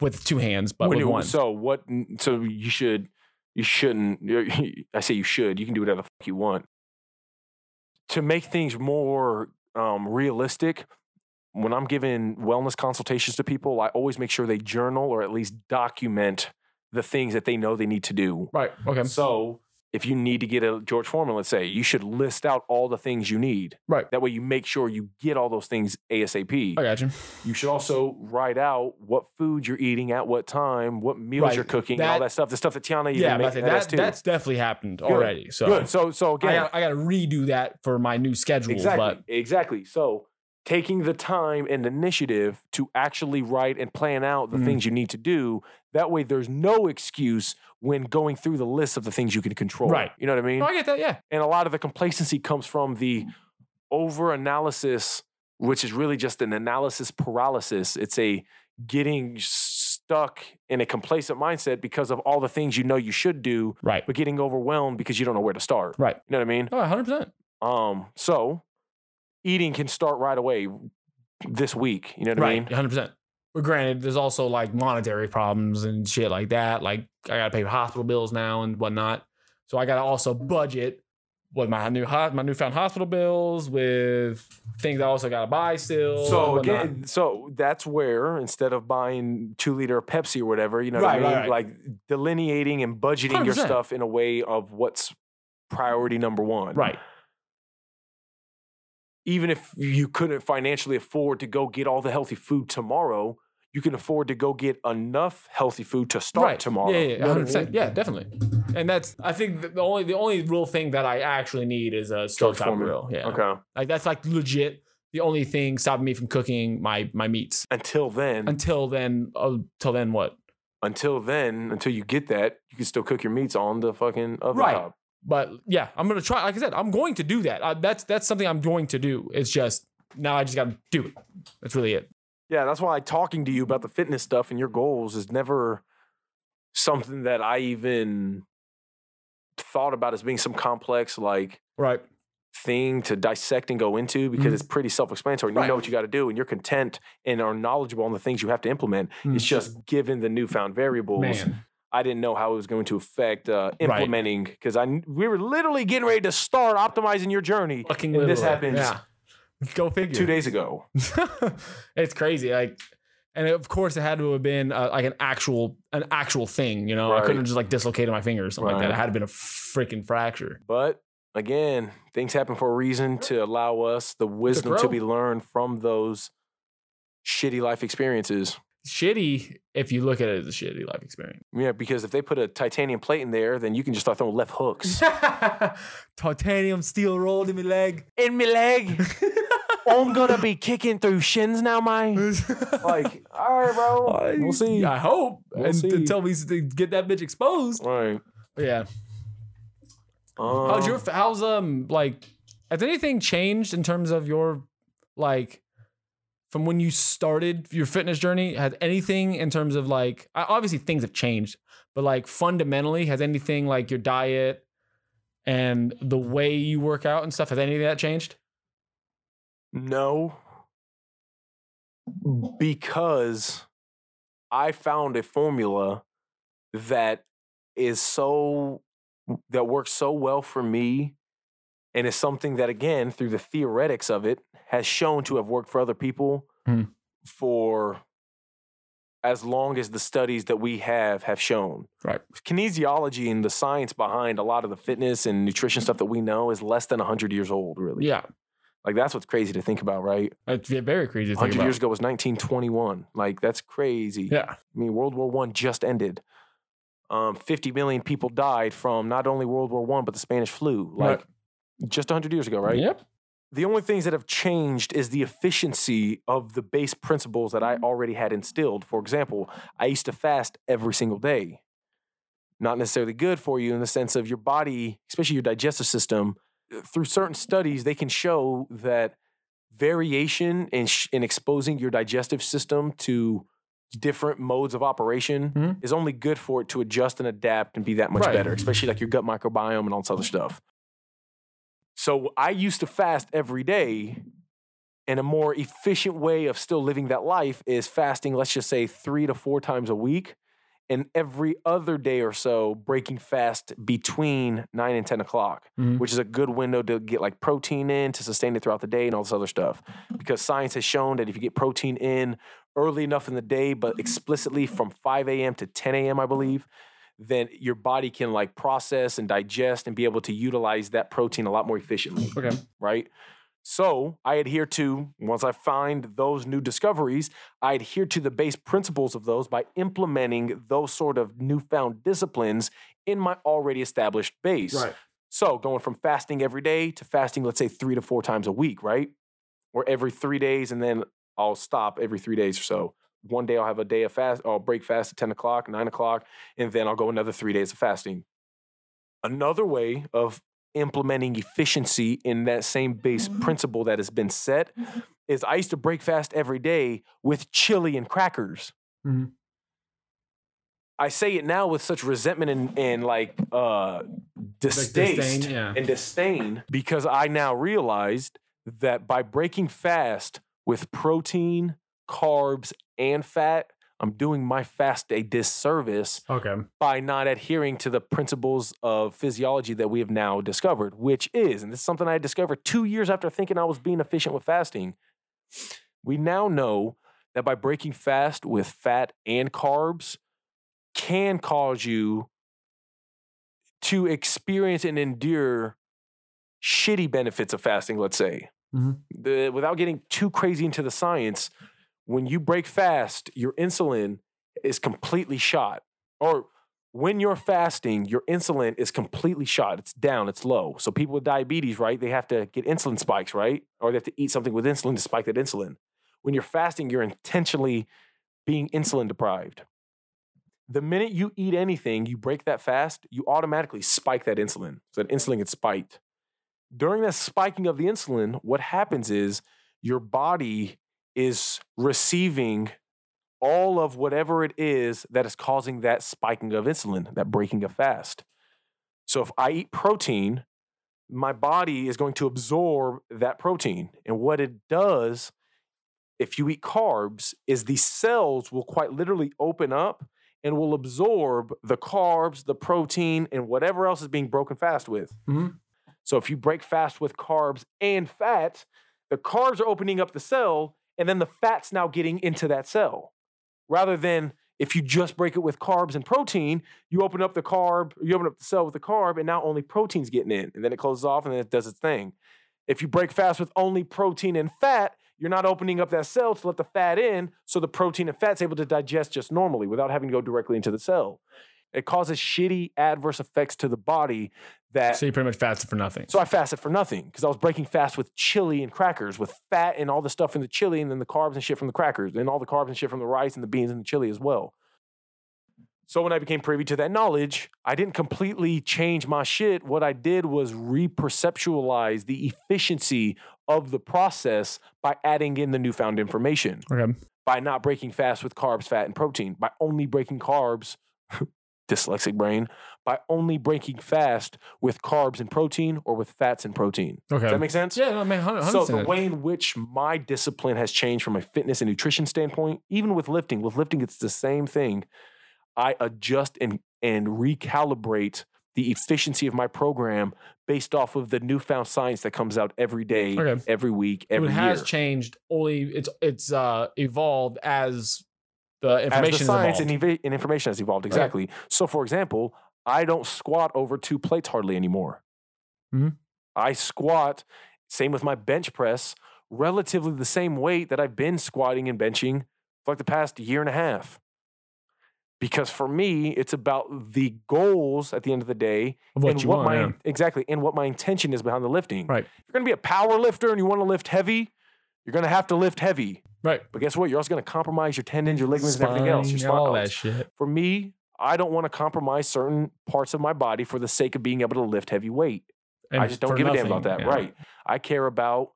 with two hands, but When with you- one. So what? So you should, you shouldn't. I say you should. You can do whatever the fuck you want. To make things more um, realistic, when I'm giving wellness consultations to people, I always make sure they journal or at least document the things that they know they need to do right. Okay. So if you need to get a George Foreman, let's say, you should list out all the things you need. Right. That way you make sure you get all those things ASAP. I got you. You should also write out what food you're eating at what time, what meals Right. you're cooking, and all That- that stuff. The stuff that Tiana even Yeah, but I made, say that, that, too. that's definitely happened already. So good. So so again, I, gotta, I gotta redo that for my new schedule. exactly, But exactly. So taking the time and initiative to actually write and plan out the Mhm. things you need to do. That way, there's no excuse when going through the list of the things you can control. Right. You know what I mean? No, I get that. Yeah. and a lot of the complacency comes from the over analysis which is really just an analysis paralysis it's a getting stuck in a complacent mindset because of all the things you know you should do Right. but getting overwhelmed because you don't know where to start Right. you know what i mean No, 100. percent um so eating can start right away this week you know what i Right. mean 100. percent But granted, there's also like monetary problems and shit like that. Like I gotta pay hospital bills now and whatnot. So I gotta also budget with my new ho- my newfound hospital bills, with things I also gotta buy still. and so whatnot. again, so that's where instead of buying two liter Pepsi or whatever, you know Right, what I mean, right, like delineating and budgeting your 100%. stuff in a way of what's priority number one. right, Even if you couldn't financially afford to go get all the healthy food tomorrow, you can afford to go get enough healthy food to start right tomorrow. Yeah, You yeah, know what I hundred percent. mean? Yeah, definitely. And that's I think that the only the only real thing that I actually need is a George stovetop Foreman. grill. Yeah, Okay. like that's like legit the only thing stopping me from cooking my my meats. Until then, Until then, until then, what? Until then, until you get that, you can still cook your meats on the fucking oven Right. top. But yeah, I'm gonna try. Like I said, I'm going to do that. I, that's that's something I'm going to do. It's just now I just got to do it. That's really it. Yeah, that's why talking to you about the fitness stuff and your goals is never something that I even thought about as being some complex like Right. thing to dissect and go into because it's pretty self-explanatory. You Mm-hmm. Right. know what you got to do, and you're content and are knowledgeable on the things you have to implement. Mm. It's just given the newfound variables, Man. I didn't know how it was going to affect uh, Right. implementing because I kn- we were literally getting ready to start optimizing your journey. Fucking And this literally. happens Yeah. Go figure. two days ago. it's crazy. Like, and of course, it had to have been uh, like an actual an actual thing. You know, I Right. couldn't have just like dislocated my finger or something like that. Right. It had to have been a freaking fracture. But again, things happen for a reason to allow us the wisdom to, grow. be learned from those shitty life experiences. Shitty, if you look at it as a shitty life experience. Yeah, because if they put a titanium plate in there, then you can just start throwing left hooks Titanium steel rolled in my leg. in my leg. I'm gonna be kicking through shins now, man. Like, all right, bro. We'll see. I hope. We'll and see. until we s- get that bitch exposed. Right. But yeah. Um, How's your how's um like has anything changed in terms of your like from when you started your fitness journey? Has anything in terms of like I- obviously things have changed, but like fundamentally, has anything like your diet and the way you work out and stuff, has any of that changed? No. Because I found a formula that is so that works so well for me and is something that again through the theoretics of it has shown to have worked for other people Hmm. for as long as the studies that we have have shown Right. kinesiology and the science behind a lot of the fitness and nutrition stuff that we know is less than 100 years old really Yeah. like that's what's crazy to think about, right? It's very crazy to think 100 about. years ago was 1921. Like that's crazy. Yeah. I mean, World War One just ended. Um, 50 million people died from not only World War One but the Spanish flu. Right. Like just 100 years ago, right? Yep. The only things that have changed is the efficiency of the base principles that Mm-hmm. I already had instilled. For example, I used to fast every single day. Not necessarily good for you in the sense of your body, especially your digestive system. Through certain studies, they can show that variation in, sh- in exposing your digestive system to different modes of operation Mhm. is only good for it to adjust and adapt and be that much Right. better, especially like your gut microbiome and all this other stuff. So I used to fast every day. And a more efficient way of still living that life is fasting, let's just say three to four times a week. And every other day or so, breaking fast between nine and 10 o'clock, Mhm. which is a good window to get like protein in to sustain it throughout the day and all this other stuff. Because science has shown that if you get protein in early enough in the day, but explicitly from 5 a.m. to 10 a.m., I believe, then your body can like process and digest and be able to utilize that protein a lot more efficiently Okay. right? So I adhere to, once I find those new discoveries, I adhere to the base principles of those by implementing those sort of newfound disciplines in my already established base. So going from fasting every day to fasting, let's say three to four times a week, right? Or every three days, and then I'll stop every three days or so. One day I'll have a day of fast, I'll break fast at 10 o'clock, 9 o'clock, and then I'll go another three days of fasting. Another way of implementing efficiency in that same base principle that has been set is I used to break fast every day with chili and crackers. Mhm. I say it now with such resentment and, and like uh, distaste yeah. and disdain because I now realized that by breaking fast with protein, carbs, and fat, I'm doing my fast a disservice Okay. by not adhering to the principles of physiology that we have now discovered, which is, and this is something I discovered two years after thinking I was being efficient with fasting. We now know that by breaking fast with fat and carbs can cause you to experience and endure shitty benefits of fasting, let's say. Mhm. The- without getting too crazy into the science, when you break fast, your insulin is completely shot. Or when you're fasting, your insulin is completely shot. It's down, it's low. So people with diabetes, right? They have to get insulin spikes, right? Or they have to eat something with insulin to spike that insulin. When you're fasting, you're intentionally being insulin deprived. the minute you eat anything, you break that fast, you automatically spike that insulin. So that insulin gets spiked. During that spiking of the insulin, what happens is your body is receiving all of whatever it is that is causing that spiking of insulin, that breaking of fast. So if I eat protein, my body is going to absorb that protein. And what it does, if you eat carbs, is the cells will quite literally open up and will absorb the carbs, the protein, and whatever else is being broken fast with. Mhm. So if you break fast with carbs and fat, the carbs are opening up the cell, and then the fat's now getting into that cell. Rather than if you just break it with carbs and protein, you open up the carb, you open up the cell with the carb, and now only protein's getting in, and then it closes off and then it does its thing. If you break fast with only protein and fat, you're not opening up that cell to let the fat in, so the protein and fat's able to digest just normally without having to go directly into the cell. It causes shitty adverse effects to the body that So you pretty much fasted for nothing. so I fasted for nothing because I was breaking fast with chili and crackers, with fat and all the stuff in the chili, and then the carbs and shit from the crackers, and all the carbs and shit from the rice and the beans and the chili as well. So when I became privy to that knowledge, I didn't completely change my shit. What I did was reperceptualize the efficiency of the process by adding in the newfound information okay. by not breaking fast with carbs, fat, and protein, by only breaking carbs, dyslexic brain, by only breaking fast with carbs and protein or with fats and protein. Okay. Does that make sense? yeah, no, I mean, 100%. So the way in which my discipline has changed from a fitness and nutrition standpoint, even with lifting, with lifting it's the same thing. I adjust and and recalibrate the efficiency of my program based off of the newfound science that comes out every day, Okay. every week, every it year. has changed. Only it's it's uh evolved as the as information the is science evolved. and, eva- and information has evolved exactly. So, for example, I don't squat over two plates hardly anymore. Mhm. I squat, same with my bench press, relatively the same weight that I've been squatting and benching for like the past year and a half. Because for me, it's about the goals at the end of the day of what and you what want. my yeah. exactly and what my intention is behind the lifting. Right. If you're going to be a power lifter and you want to lift heavy, you're going to have to lift heavy. Right. But guess what? You're also going to compromise your tendons, your ligaments, and everything else. Your Spine, spine. all that shit. For me, I don't want to compromise certain parts of my body for the sake of being able to lift heavy weight. I And just don't for give a damn about that. nothing, yeah. Right. I care about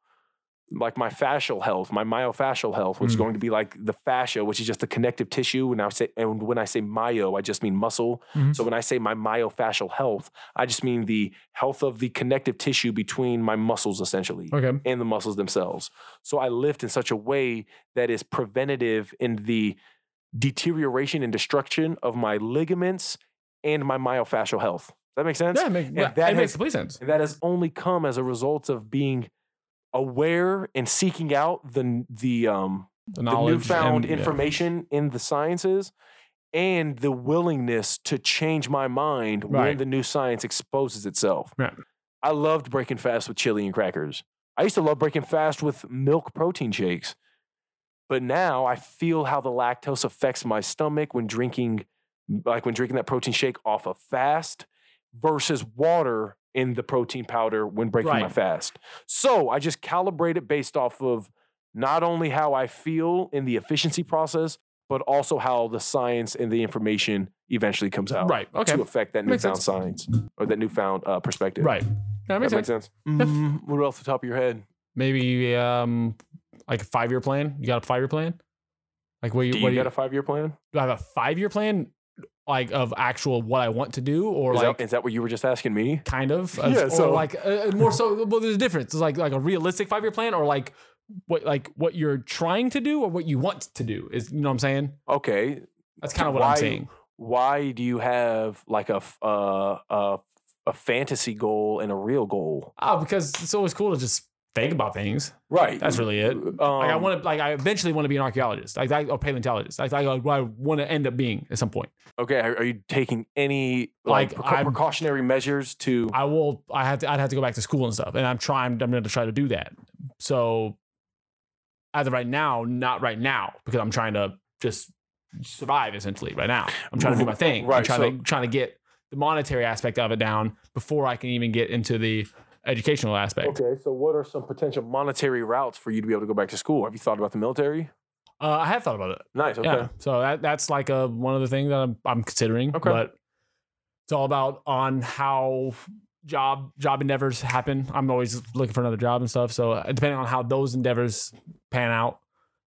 like my fascial health, my myofascial health, which is Mm. going to be like the fascia, which is just the connective tissue. And I say, and when I say myo, I just mean muscle. Mhm. So when I say my myofascial health, I just mean the health of the connective tissue between my muscles, essentially Okay. and the muscles themselves. So I lift in such a way that is preventative in the deterioration and destruction of my ligaments and my myofascial health. Does that make sense? Yeah, it, make, yeah, that it has- makes complete sense. And that has only come as a result of being aware and seeking out the the um the The knowledge newfound and- yeah. information in the sciences and the willingness to change my mind when Right. the new science exposes itself. Right. I loved breaking fast with chili and crackers. I used to love breaking fast with milk protein shakes. But now I feel how the lactose affects my stomach when drinking like when drinking that protein shake off a fast versus water in the protein powder when breaking my Right. fast. So I just calibrate it based off of not only how I feel in the efficiency process, but also how the science and the information eventually comes out Right. Okay. to affect that Makes newfound science or that newfound uh, perspective. Right. That makes that sense. makes sense. Mm, what else the top of your head? Maybe um like a five year plan. You got a five year plan? Like what you, Do you, what do you got a five year plan? do I have a five year plan like of actual what I want to do or Is, like that, is that what you were just asking me? kind of Yeah, or so- like uh, more so well there's a difference it's like like a realistic five year plan or like what like what you're trying to do or what you want to do is you know what I'm saying Okay. that's kind of what Why- I'm saying Why do you have like a f- uh, a a fantasy goal and a real goal? oh because it's always cool to just think about things Right. that's really it Um, like I want to like I eventually want to be an archaeologist like I, or paleontologist like, like I want to end up being at some point Okay, are are you taking any like, Like, precau- I'm- precautionary measures to? I will. I have to. I'd have to go back to school and stuff, and I'm trying. I'm going to try to do that. So, either right now, not right now, because I'm trying to just survive essentially right now. I'm trying to do my thing. I'm Right, trying so- to trying to get the monetary aspect of it down before I can even get into the educational aspect. Okay, so what are some potential monetary routes for you to be able to go back to school? Have you thought about the military? Uh, I have thought about it. Nice. Okay. Yeah. So that that's like a one of the things that I'm I'm considering. Okay. But it's all about on how job job endeavors happen. I'm always looking for another job and stuff. So uh, depending on how those endeavors pan out,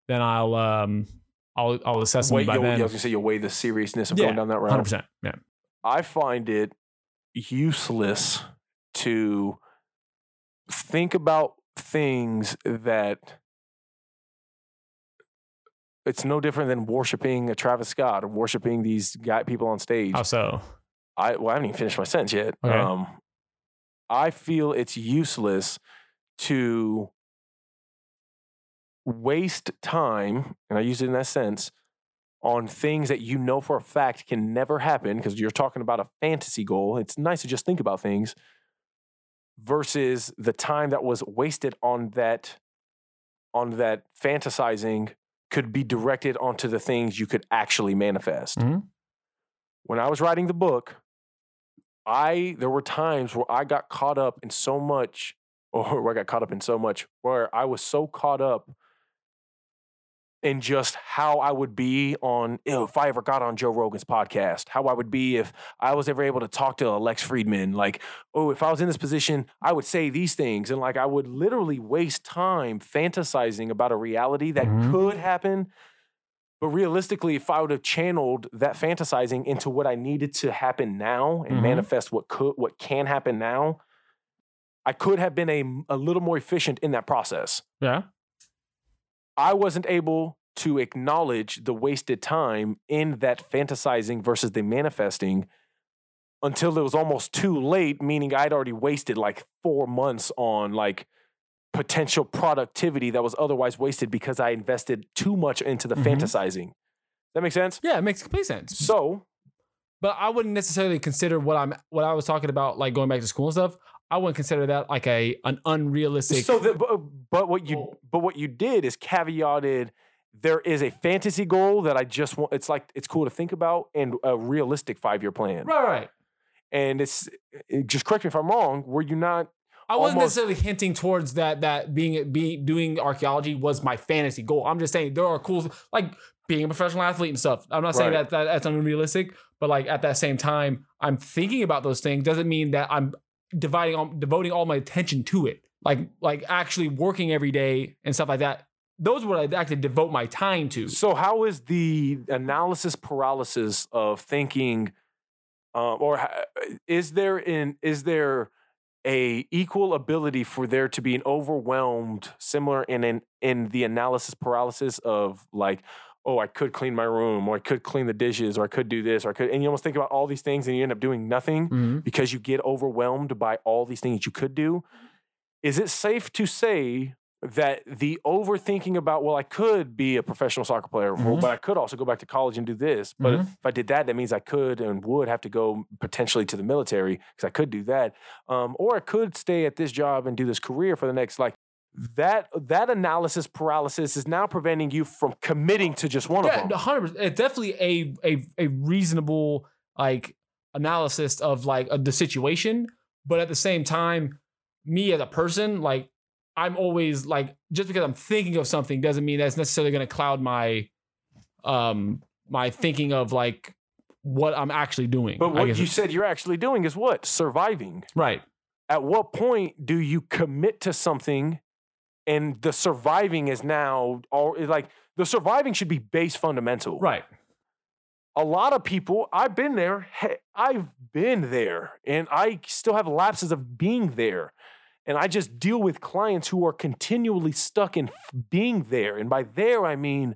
then I'll um I'll I'll assess them Wait, by you'll, yeah, I then. was gonna say you'll weigh the seriousness of Yeah, going down that Hundred route. percent. Yeah. I find it useless to think about things that it's no different than worshiping a Travis Scott or worshiping these guy people on stage. How Oh, so? I well, I haven't even finished my sentence yet. Okay. Um, I feel it's useless to waste time, and I use it in that sense, on things that you know for a fact can never happen because you're talking about a fantasy goal. It's nice to just think about things versus the time that was wasted on that on that fantasizing could be directed onto the things you could actually manifest. Mhm. When I was writing the book, I there were times where I got caught up in so much, or where I got caught up in so much, where I was so caught up in just how I would be on ew, if I ever got on Joe Rogan's podcast, how I would be if I was ever able to talk to Lex Friedman, like, oh, if I was in this position, I would say these things. And like I would literally waste time fantasizing about a reality that Mhm. could happen. But realistically, if I would have channeled that fantasizing into what I needed to happen now and Mhm. manifest what could what can happen now, I could have been a, a little more efficient in that process. Yeah. I wasn't able to acknowledge the wasted time in that fantasizing versus the manifesting until it was almost too late, meaning I'd already wasted like four months on like potential productivity that was otherwise wasted because I invested too much into the Mhm. fantasizing. That makes sense? Yeah, it makes complete sense. So but I wouldn't necessarily consider what I'm what I was talking about, like going back to school and stuff. I wouldn't consider that like a an unrealistic. So, the, but, but what you goal. but what you did is caveated. There is a fantasy goal that I just want. It's like it's cool to think about, and a realistic five year plan. right, right. And it's it- just correct me if I'm wrong. Were you not? I wasn't Almost- necessarily hinting towards that that being being doing archaeology was my fantasy goal. I'm just saying there are cool like being a professional athlete and stuff. I'm not saying Right. that, that that's unrealistic, but like at that same time, I'm thinking about those things doesn't mean that I'm dividing all, devoting all my attention to it. Like like actually working every day and stuff like that. Those are what I'd actually devote my time to. So how is the analysis paralysis of thinking, uh, or ha- is there an is there a equal ability for there to be an overwhelmed similar in in, in the analysis paralysis of like oh i could clean my room or i could clean the dishes or i could do this or i could and you almost think about all these things and you end up doing nothing Mhm. because you get overwhelmed by all these things you could do. Mm-hmm. Is it safe to say that the overthinking about, well, I could be a professional soccer player, well, Mhm. but I could also go back to college and do this. But Mhm. if I did that, that means I could and would have to go potentially to the military because I could do that. Um, or I could stay at this job and do this career for the next, like, that that analysis paralysis is now preventing you from committing to just one Yeah, of no, them. hundred percent. It's definitely a a a reasonable like analysis of like of the situation, but at the same time, me as a person, like I'm always like just because I'm thinking of something doesn't mean that's necessarily going to cloud my um my thinking of like what I'm actually doing. But I what guess you it's- said you're actually doing is what surviving. right? at what point do you commit to something and the surviving is now all like the surviving should be base fundamental Right. a lot of people i've been there he- i've been there and i still have lapses of being there and i just deal with clients who are continually stuck in f- being there and by there i mean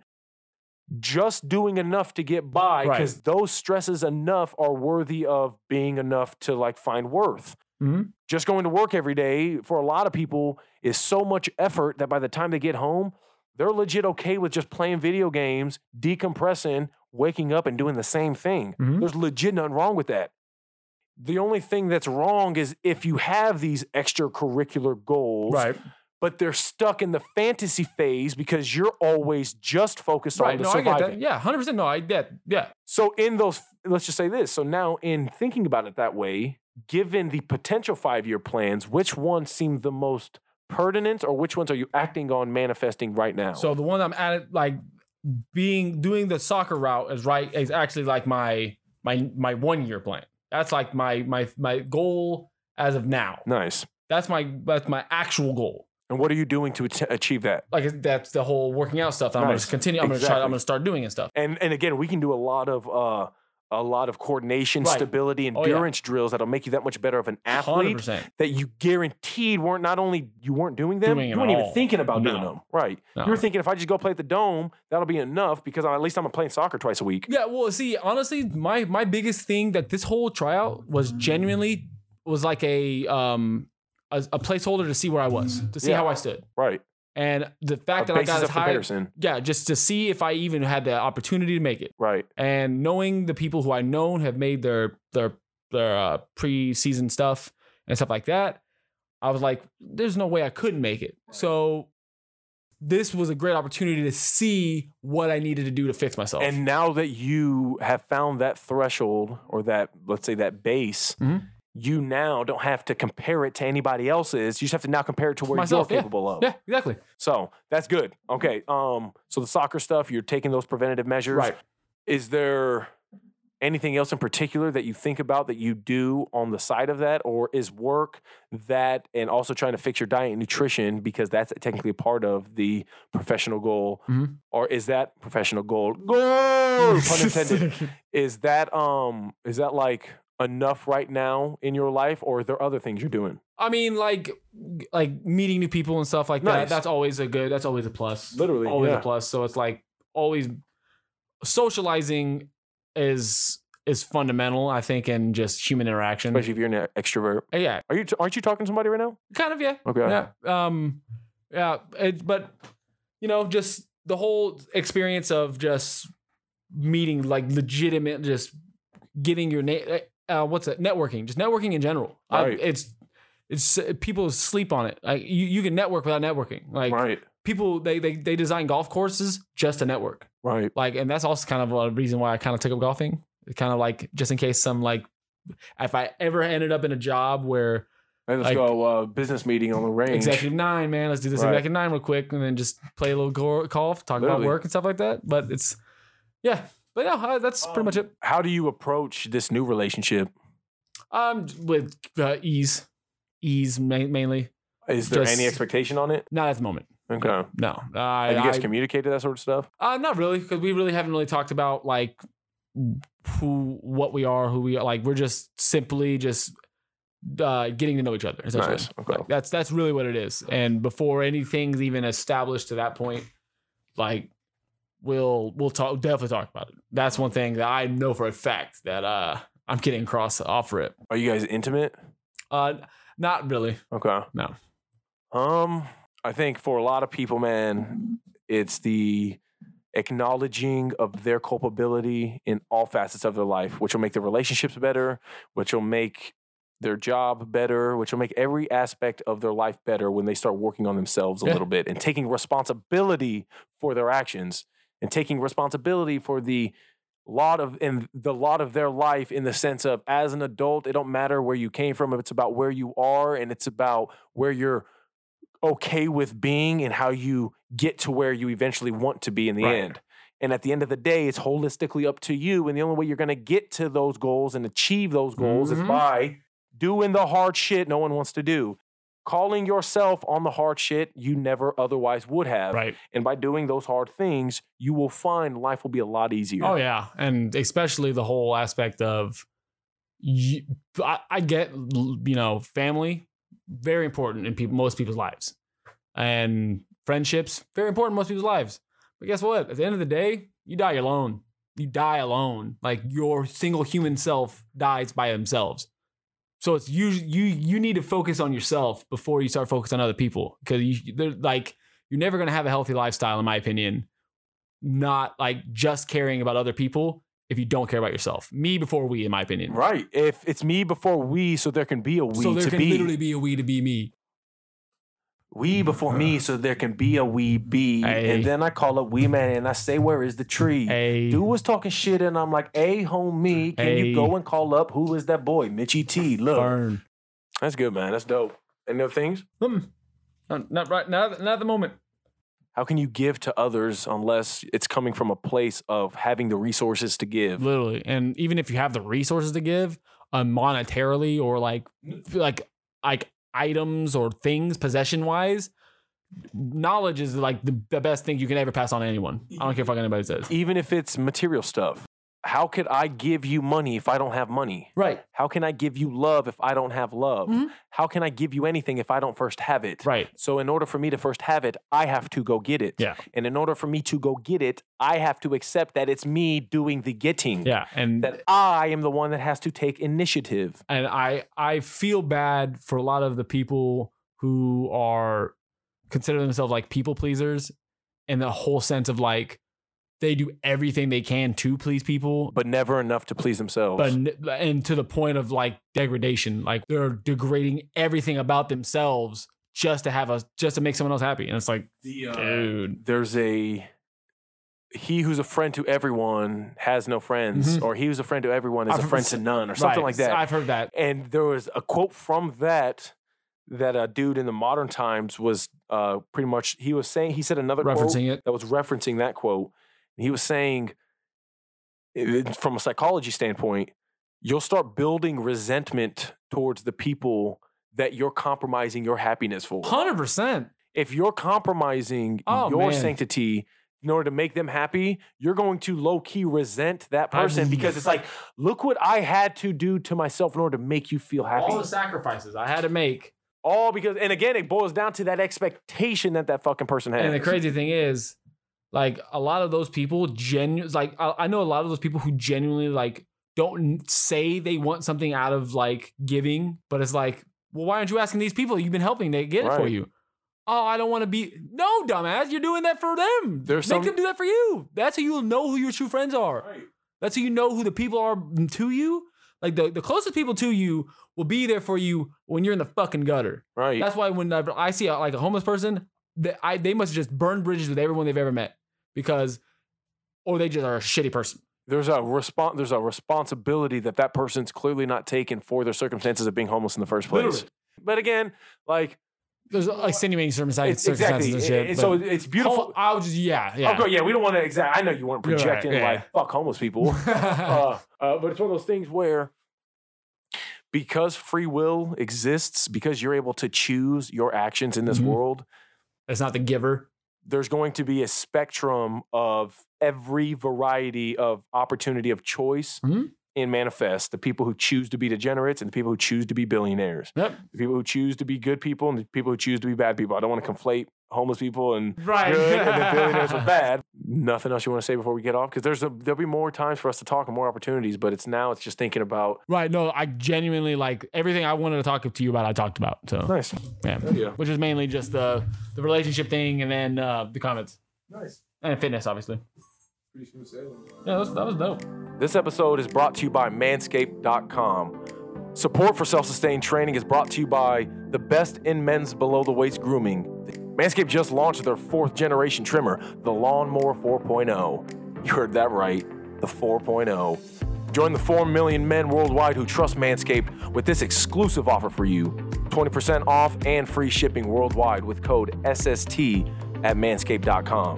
just doing enough to get by Right. because those stresses enough are worthy of being enough to like find worth Mhm. just going to work every day for a lot of people is so much effort that by the time they get home they're legit okay with just playing video games, decompressing, waking up, and doing the same thing. Mhm. There's legit nothing wrong with that. The only thing that's wrong is if you have these extracurricular goals, Right. but they're stuck in the fantasy phase because you're always just focused Right. on the No, I get that. surviving. Yeah, hundred percent. No, I get. Yeah. So in those, let's just say this. So now, in thinking about it that way, given the potential five-year plans, which ones seem the most pertinent, or which ones are you acting on manifesting right now? So the one I'm at, like being doing the soccer route is right is actually like my my my one year plan. That's like my my my goal as of now. Nice. That's my that's my actual goal. And what are you doing to at- achieve that? Like that's the whole working out stuff. That I'm gonna Nice. just continue. I'm gonna try. Exactly. I'm gonna start doing and stuff. And and again, we can do a lot of uh a lot of coordination, Right. stability, Oh, yeah. endurance drills that'll make you that much better of an Hundred athlete percent. that you guaranteed weren't not only you weren't doing them, Doing you them weren't at even all. thinking about doing No. them. Right. You were thinking if I just go play at the dome, that'll be enough because I'm, at least I'm playing soccer twice a week. Yeah, well, see, honestly, my my biggest thing that this whole tryout was genuinely was like a um a, a placeholder to see where I was, to see Yeah. how I stood, Right. and the A fact that I basis got of as high, comparison. yeah, just to see if I even had the opportunity to make it, Right. and knowing the people who I known have made their their their uh, preseason stuff and stuff like that, I was like, there's no way I couldn't make it. So. This was a great opportunity to see what I needed to do to fix myself. And now that you have found that threshold or that, let's say, that base, Mhm. you now don't have to compare it to anybody else's. You just have to now compare it to where Myself, you're yeah. capable of. yeah, exactly. So that's good. Okay. Um. So the soccer stuff, you're taking those preventative measures. Right. Is there anything else in particular that you think about that you do on the side of that, or is work that and also trying to fix your diet and nutrition because that's technically a part of the professional goal, Mhm. or is that professional goal goal pun intended? Is that um is that like enough right now in your life, or are there other things you're doing? I mean, like, like meeting new people and stuff like Nice. that. That's always a good. That's always a plus. Literally, always yeah. a plus. So it's like always socializing is is fundamental, I think, in just human interaction. Uh, Especially if you're an extrovert. yeah, Are you? aren't you talking to somebody right now? kind of. Yeah, Okay. yeah. Um, yeah. It, but you know, just the whole experience of just meeting, like, legitimate, just getting your name. Uh, what's that? Networking, just networking in general. I- Right. it's it's eh, people sleep on it. Like you, you can network without networking. Like right. people, they they they design golf courses just to network. Right. Like, and that's also kind of a reason why I kind of took up golfing. Kind of like just in case some like if I ever ended up in a job where Hey, let's Like- go uh, business meeting on the range. executive nine, man. Let's do this Right. executive nine real quick, and then just play a little go- golf, talk Literally. about work and stuff like that. But it's, yeah, but no, uh, that's pretty much it. How do you approach this new relationship? Um, with uh, ease, ease ma- mainly. Is there Just- any expectation on it? Not at the moment. Okay. No, I, Have you guys I- communicated that sort of stuff? uh, not really, because we really haven't really talked about like who, what we are, who we are. Like we're just simply just uh, getting to know each other. essentially. Nice. Okay. Like, that's that's really what it is. And before anything's even established to that point, like we'll we'll talk definitely talk about it. That's one thing that I know for a fact that uh I'm getting across to offer it. Are you guys intimate? Uh not really. Okay. No. Um, I think for a lot of people, man, it's the acknowledging of their culpability in all facets of their life, which will make their relationships better, which will make their job better, which will make every aspect of their life better when they start working on themselves a Yeah. little bit and taking responsibility for their actions and taking responsibility for the lot of in the lot of their life in the sense of as an adult it don't matter where you came from it's about where you are and it's about where you're okay with being and how you get to where you eventually want to be in the Right. end and at the end of the day it's holistically up to you and the only way you're going to get to those goals and achieve those goals is Mhm. by doing the hard shit no one wants to do calling yourself on the hard shit you never otherwise would have Right. and by doing those hard things you will find life will be a lot easier Oh yeah, and especially the whole aspect of, you, I, I get you know family very important in people most people's lives, and friendships very important in most people's lives. But guess what? At the end of the day, you die alone. You die alone. Like your single human self dies by themselves. So it's you you you need to focus on yourself before you start focusing on other people because you they're like you're never gonna have a healthy lifestyle in my opinion not like just caring about other people if you don't care about yourself. Me before we, in my opinion. Right. If it's me before we, so there can be a we so there to can be. literally be a we to be me. we before me, so there can be a we be. Hey. And then I call up we man and I say, Where is the tree? Hey, Dude was talking shit and I'm like, Hey, homie, can you Hey. go and call up who is that boy? Mitchie T. Look. burn. That's good, man. That's dope. Any other things? Hmm. Not, not right. Not, not at the moment. How can you give to others unless it's coming from a place of having the resources to give? literally. And even if you have the resources to give, uh, monetarily or like like like items or things possession wise, knowledge is like the, the best thing you can ever pass on to anyone. I don't care if anybody says. Even if it's material stuff. How could I give you money if I don't have money? Right. How can I give you love if I don't have love? Mhm. How can I give you anything if I don't first have it? Right. So, in order for me to first have it, I have to go get it. Yeah. And in order for me to go get it, I have to accept that it's me doing the getting. Yeah. And That I am the one that has to take initiative. and I I feel bad for a lot of the people who are consider themselves like people pleasers and the whole sense of like they do everything they can to please people but never enough to please themselves. but n- and to the point of like degradation like they're degrading everything about themselves just to have us just to make someone else happy and it's like The dude There's a he who's a friend to everyone has no friends, Mhm. or he who's a friend to everyone is I've a friend to s- none, or something Right. like that. i've heard that and there was a quote from that that a dude in the modern times was uh, pretty much he was saying he said another quote referencing it that was referencing that quote. And he was saying, it- from a psychology standpoint, you'll start building resentment towards the people that you're compromising your happiness for. 100% if you're compromising Oh, your man. sanctity in order to make them happy, you're going to low key resent that I- person because it's like, look what I had to do to myself in order to make you feel happy. all the sacrifices i had to make All because, and again, it boils down to that expectation that that fucking person has. And the crazy thing is, like a lot of those people genuine, like I, I know a lot of those people who genuinely like don't n- say they want something out of like giving, but it's like, well, why aren't you asking these people? You've been helping; they get it for Right. you. Oh, I don't want to be. No, dumbass, you're doing that for them. There's Make some- them do that for you. That's how you'll know who your true friends are. Right. That's how you know who the people are to you. Like the, the closest people to you will be there for you when you're in the fucking gutter. right. That's why when I- I see a, like a homeless person, they, I, they must just burn bridges with everyone they've ever met because, or they just are a shitty person. there's a respon there's a responsibility that that person's clearly not taking for their circumstances of being homeless in the first place. Literally. But again, like There's like insinuating circumstances, it's e-, exactly circumstances and shit. and but- so it's beautiful. Home- I was just, yeah, yeah. Okay, yeah, we don't want to exact. I know you weren't You're right, projecting yeah. like fuck homeless people, uh, uh, but it's one of those things where because free will exists, because you're able to choose your actions in this Mhm. world, it's not the giver. there's going to be a spectrum of every variety of opportunity of choice Mhm. in manifest. The people who choose to be degenerates and the people who choose to be billionaires, Yep. the people who choose to be good people and the people who choose to be bad people. I don't want to conflate homeless people and Right. good and the billionaires are bad. Nothing else you want to say before we get off? Because there's a, there'll be more times for us to talk and more opportunities, but it's now it's just thinking about Right. No, I genuinely like everything I wanted to talk to you about. I talked about. So nice. yeah, yeah. which is mainly just the the relationship thing, and then uh, the comments Nice. and fitness, obviously. Pretty smooth sailing. Yeah, that was, that was dope. This episode is brought to you by manscaped.com. Support for self sustained training is brought to you by the best in men's below the waist grooming. Manscaped just launched their fourth generation trimmer, the Lawnmower 4.0. You heard that right, the 4.0. Join the 4 million men worldwide who trust Manscaped with this exclusive offer for you 20% off and free shipping worldwide with code SST at manscaped.com.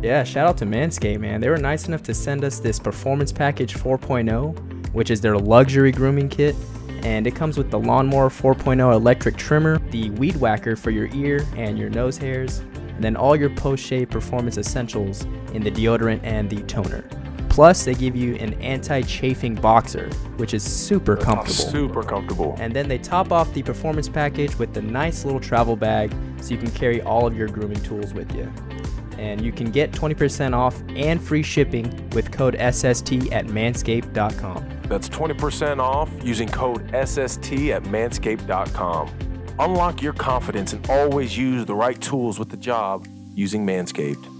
Yeah, shout out to Manscaped, man. They were nice enough to send us this Performance Package 4.0, which is their luxury grooming kit. And it comes with the Lawnmower 4.0 electric trimmer, the weed whacker for your ear and your nose hairs, and then all your post shave performance essentials in the deodorant and the toner. Plus, they give you an anti chafing boxer, which is super comfortable. Super comfortable. And then they top off the performance package with the nice little travel bag so you can carry all of your grooming tools with you. And you can get 20% off and free shipping with code SST at manscaped.com. That's 20% off using code SST at manscaped.com. Unlock your confidence and always use the right tools with the job using Manscaped.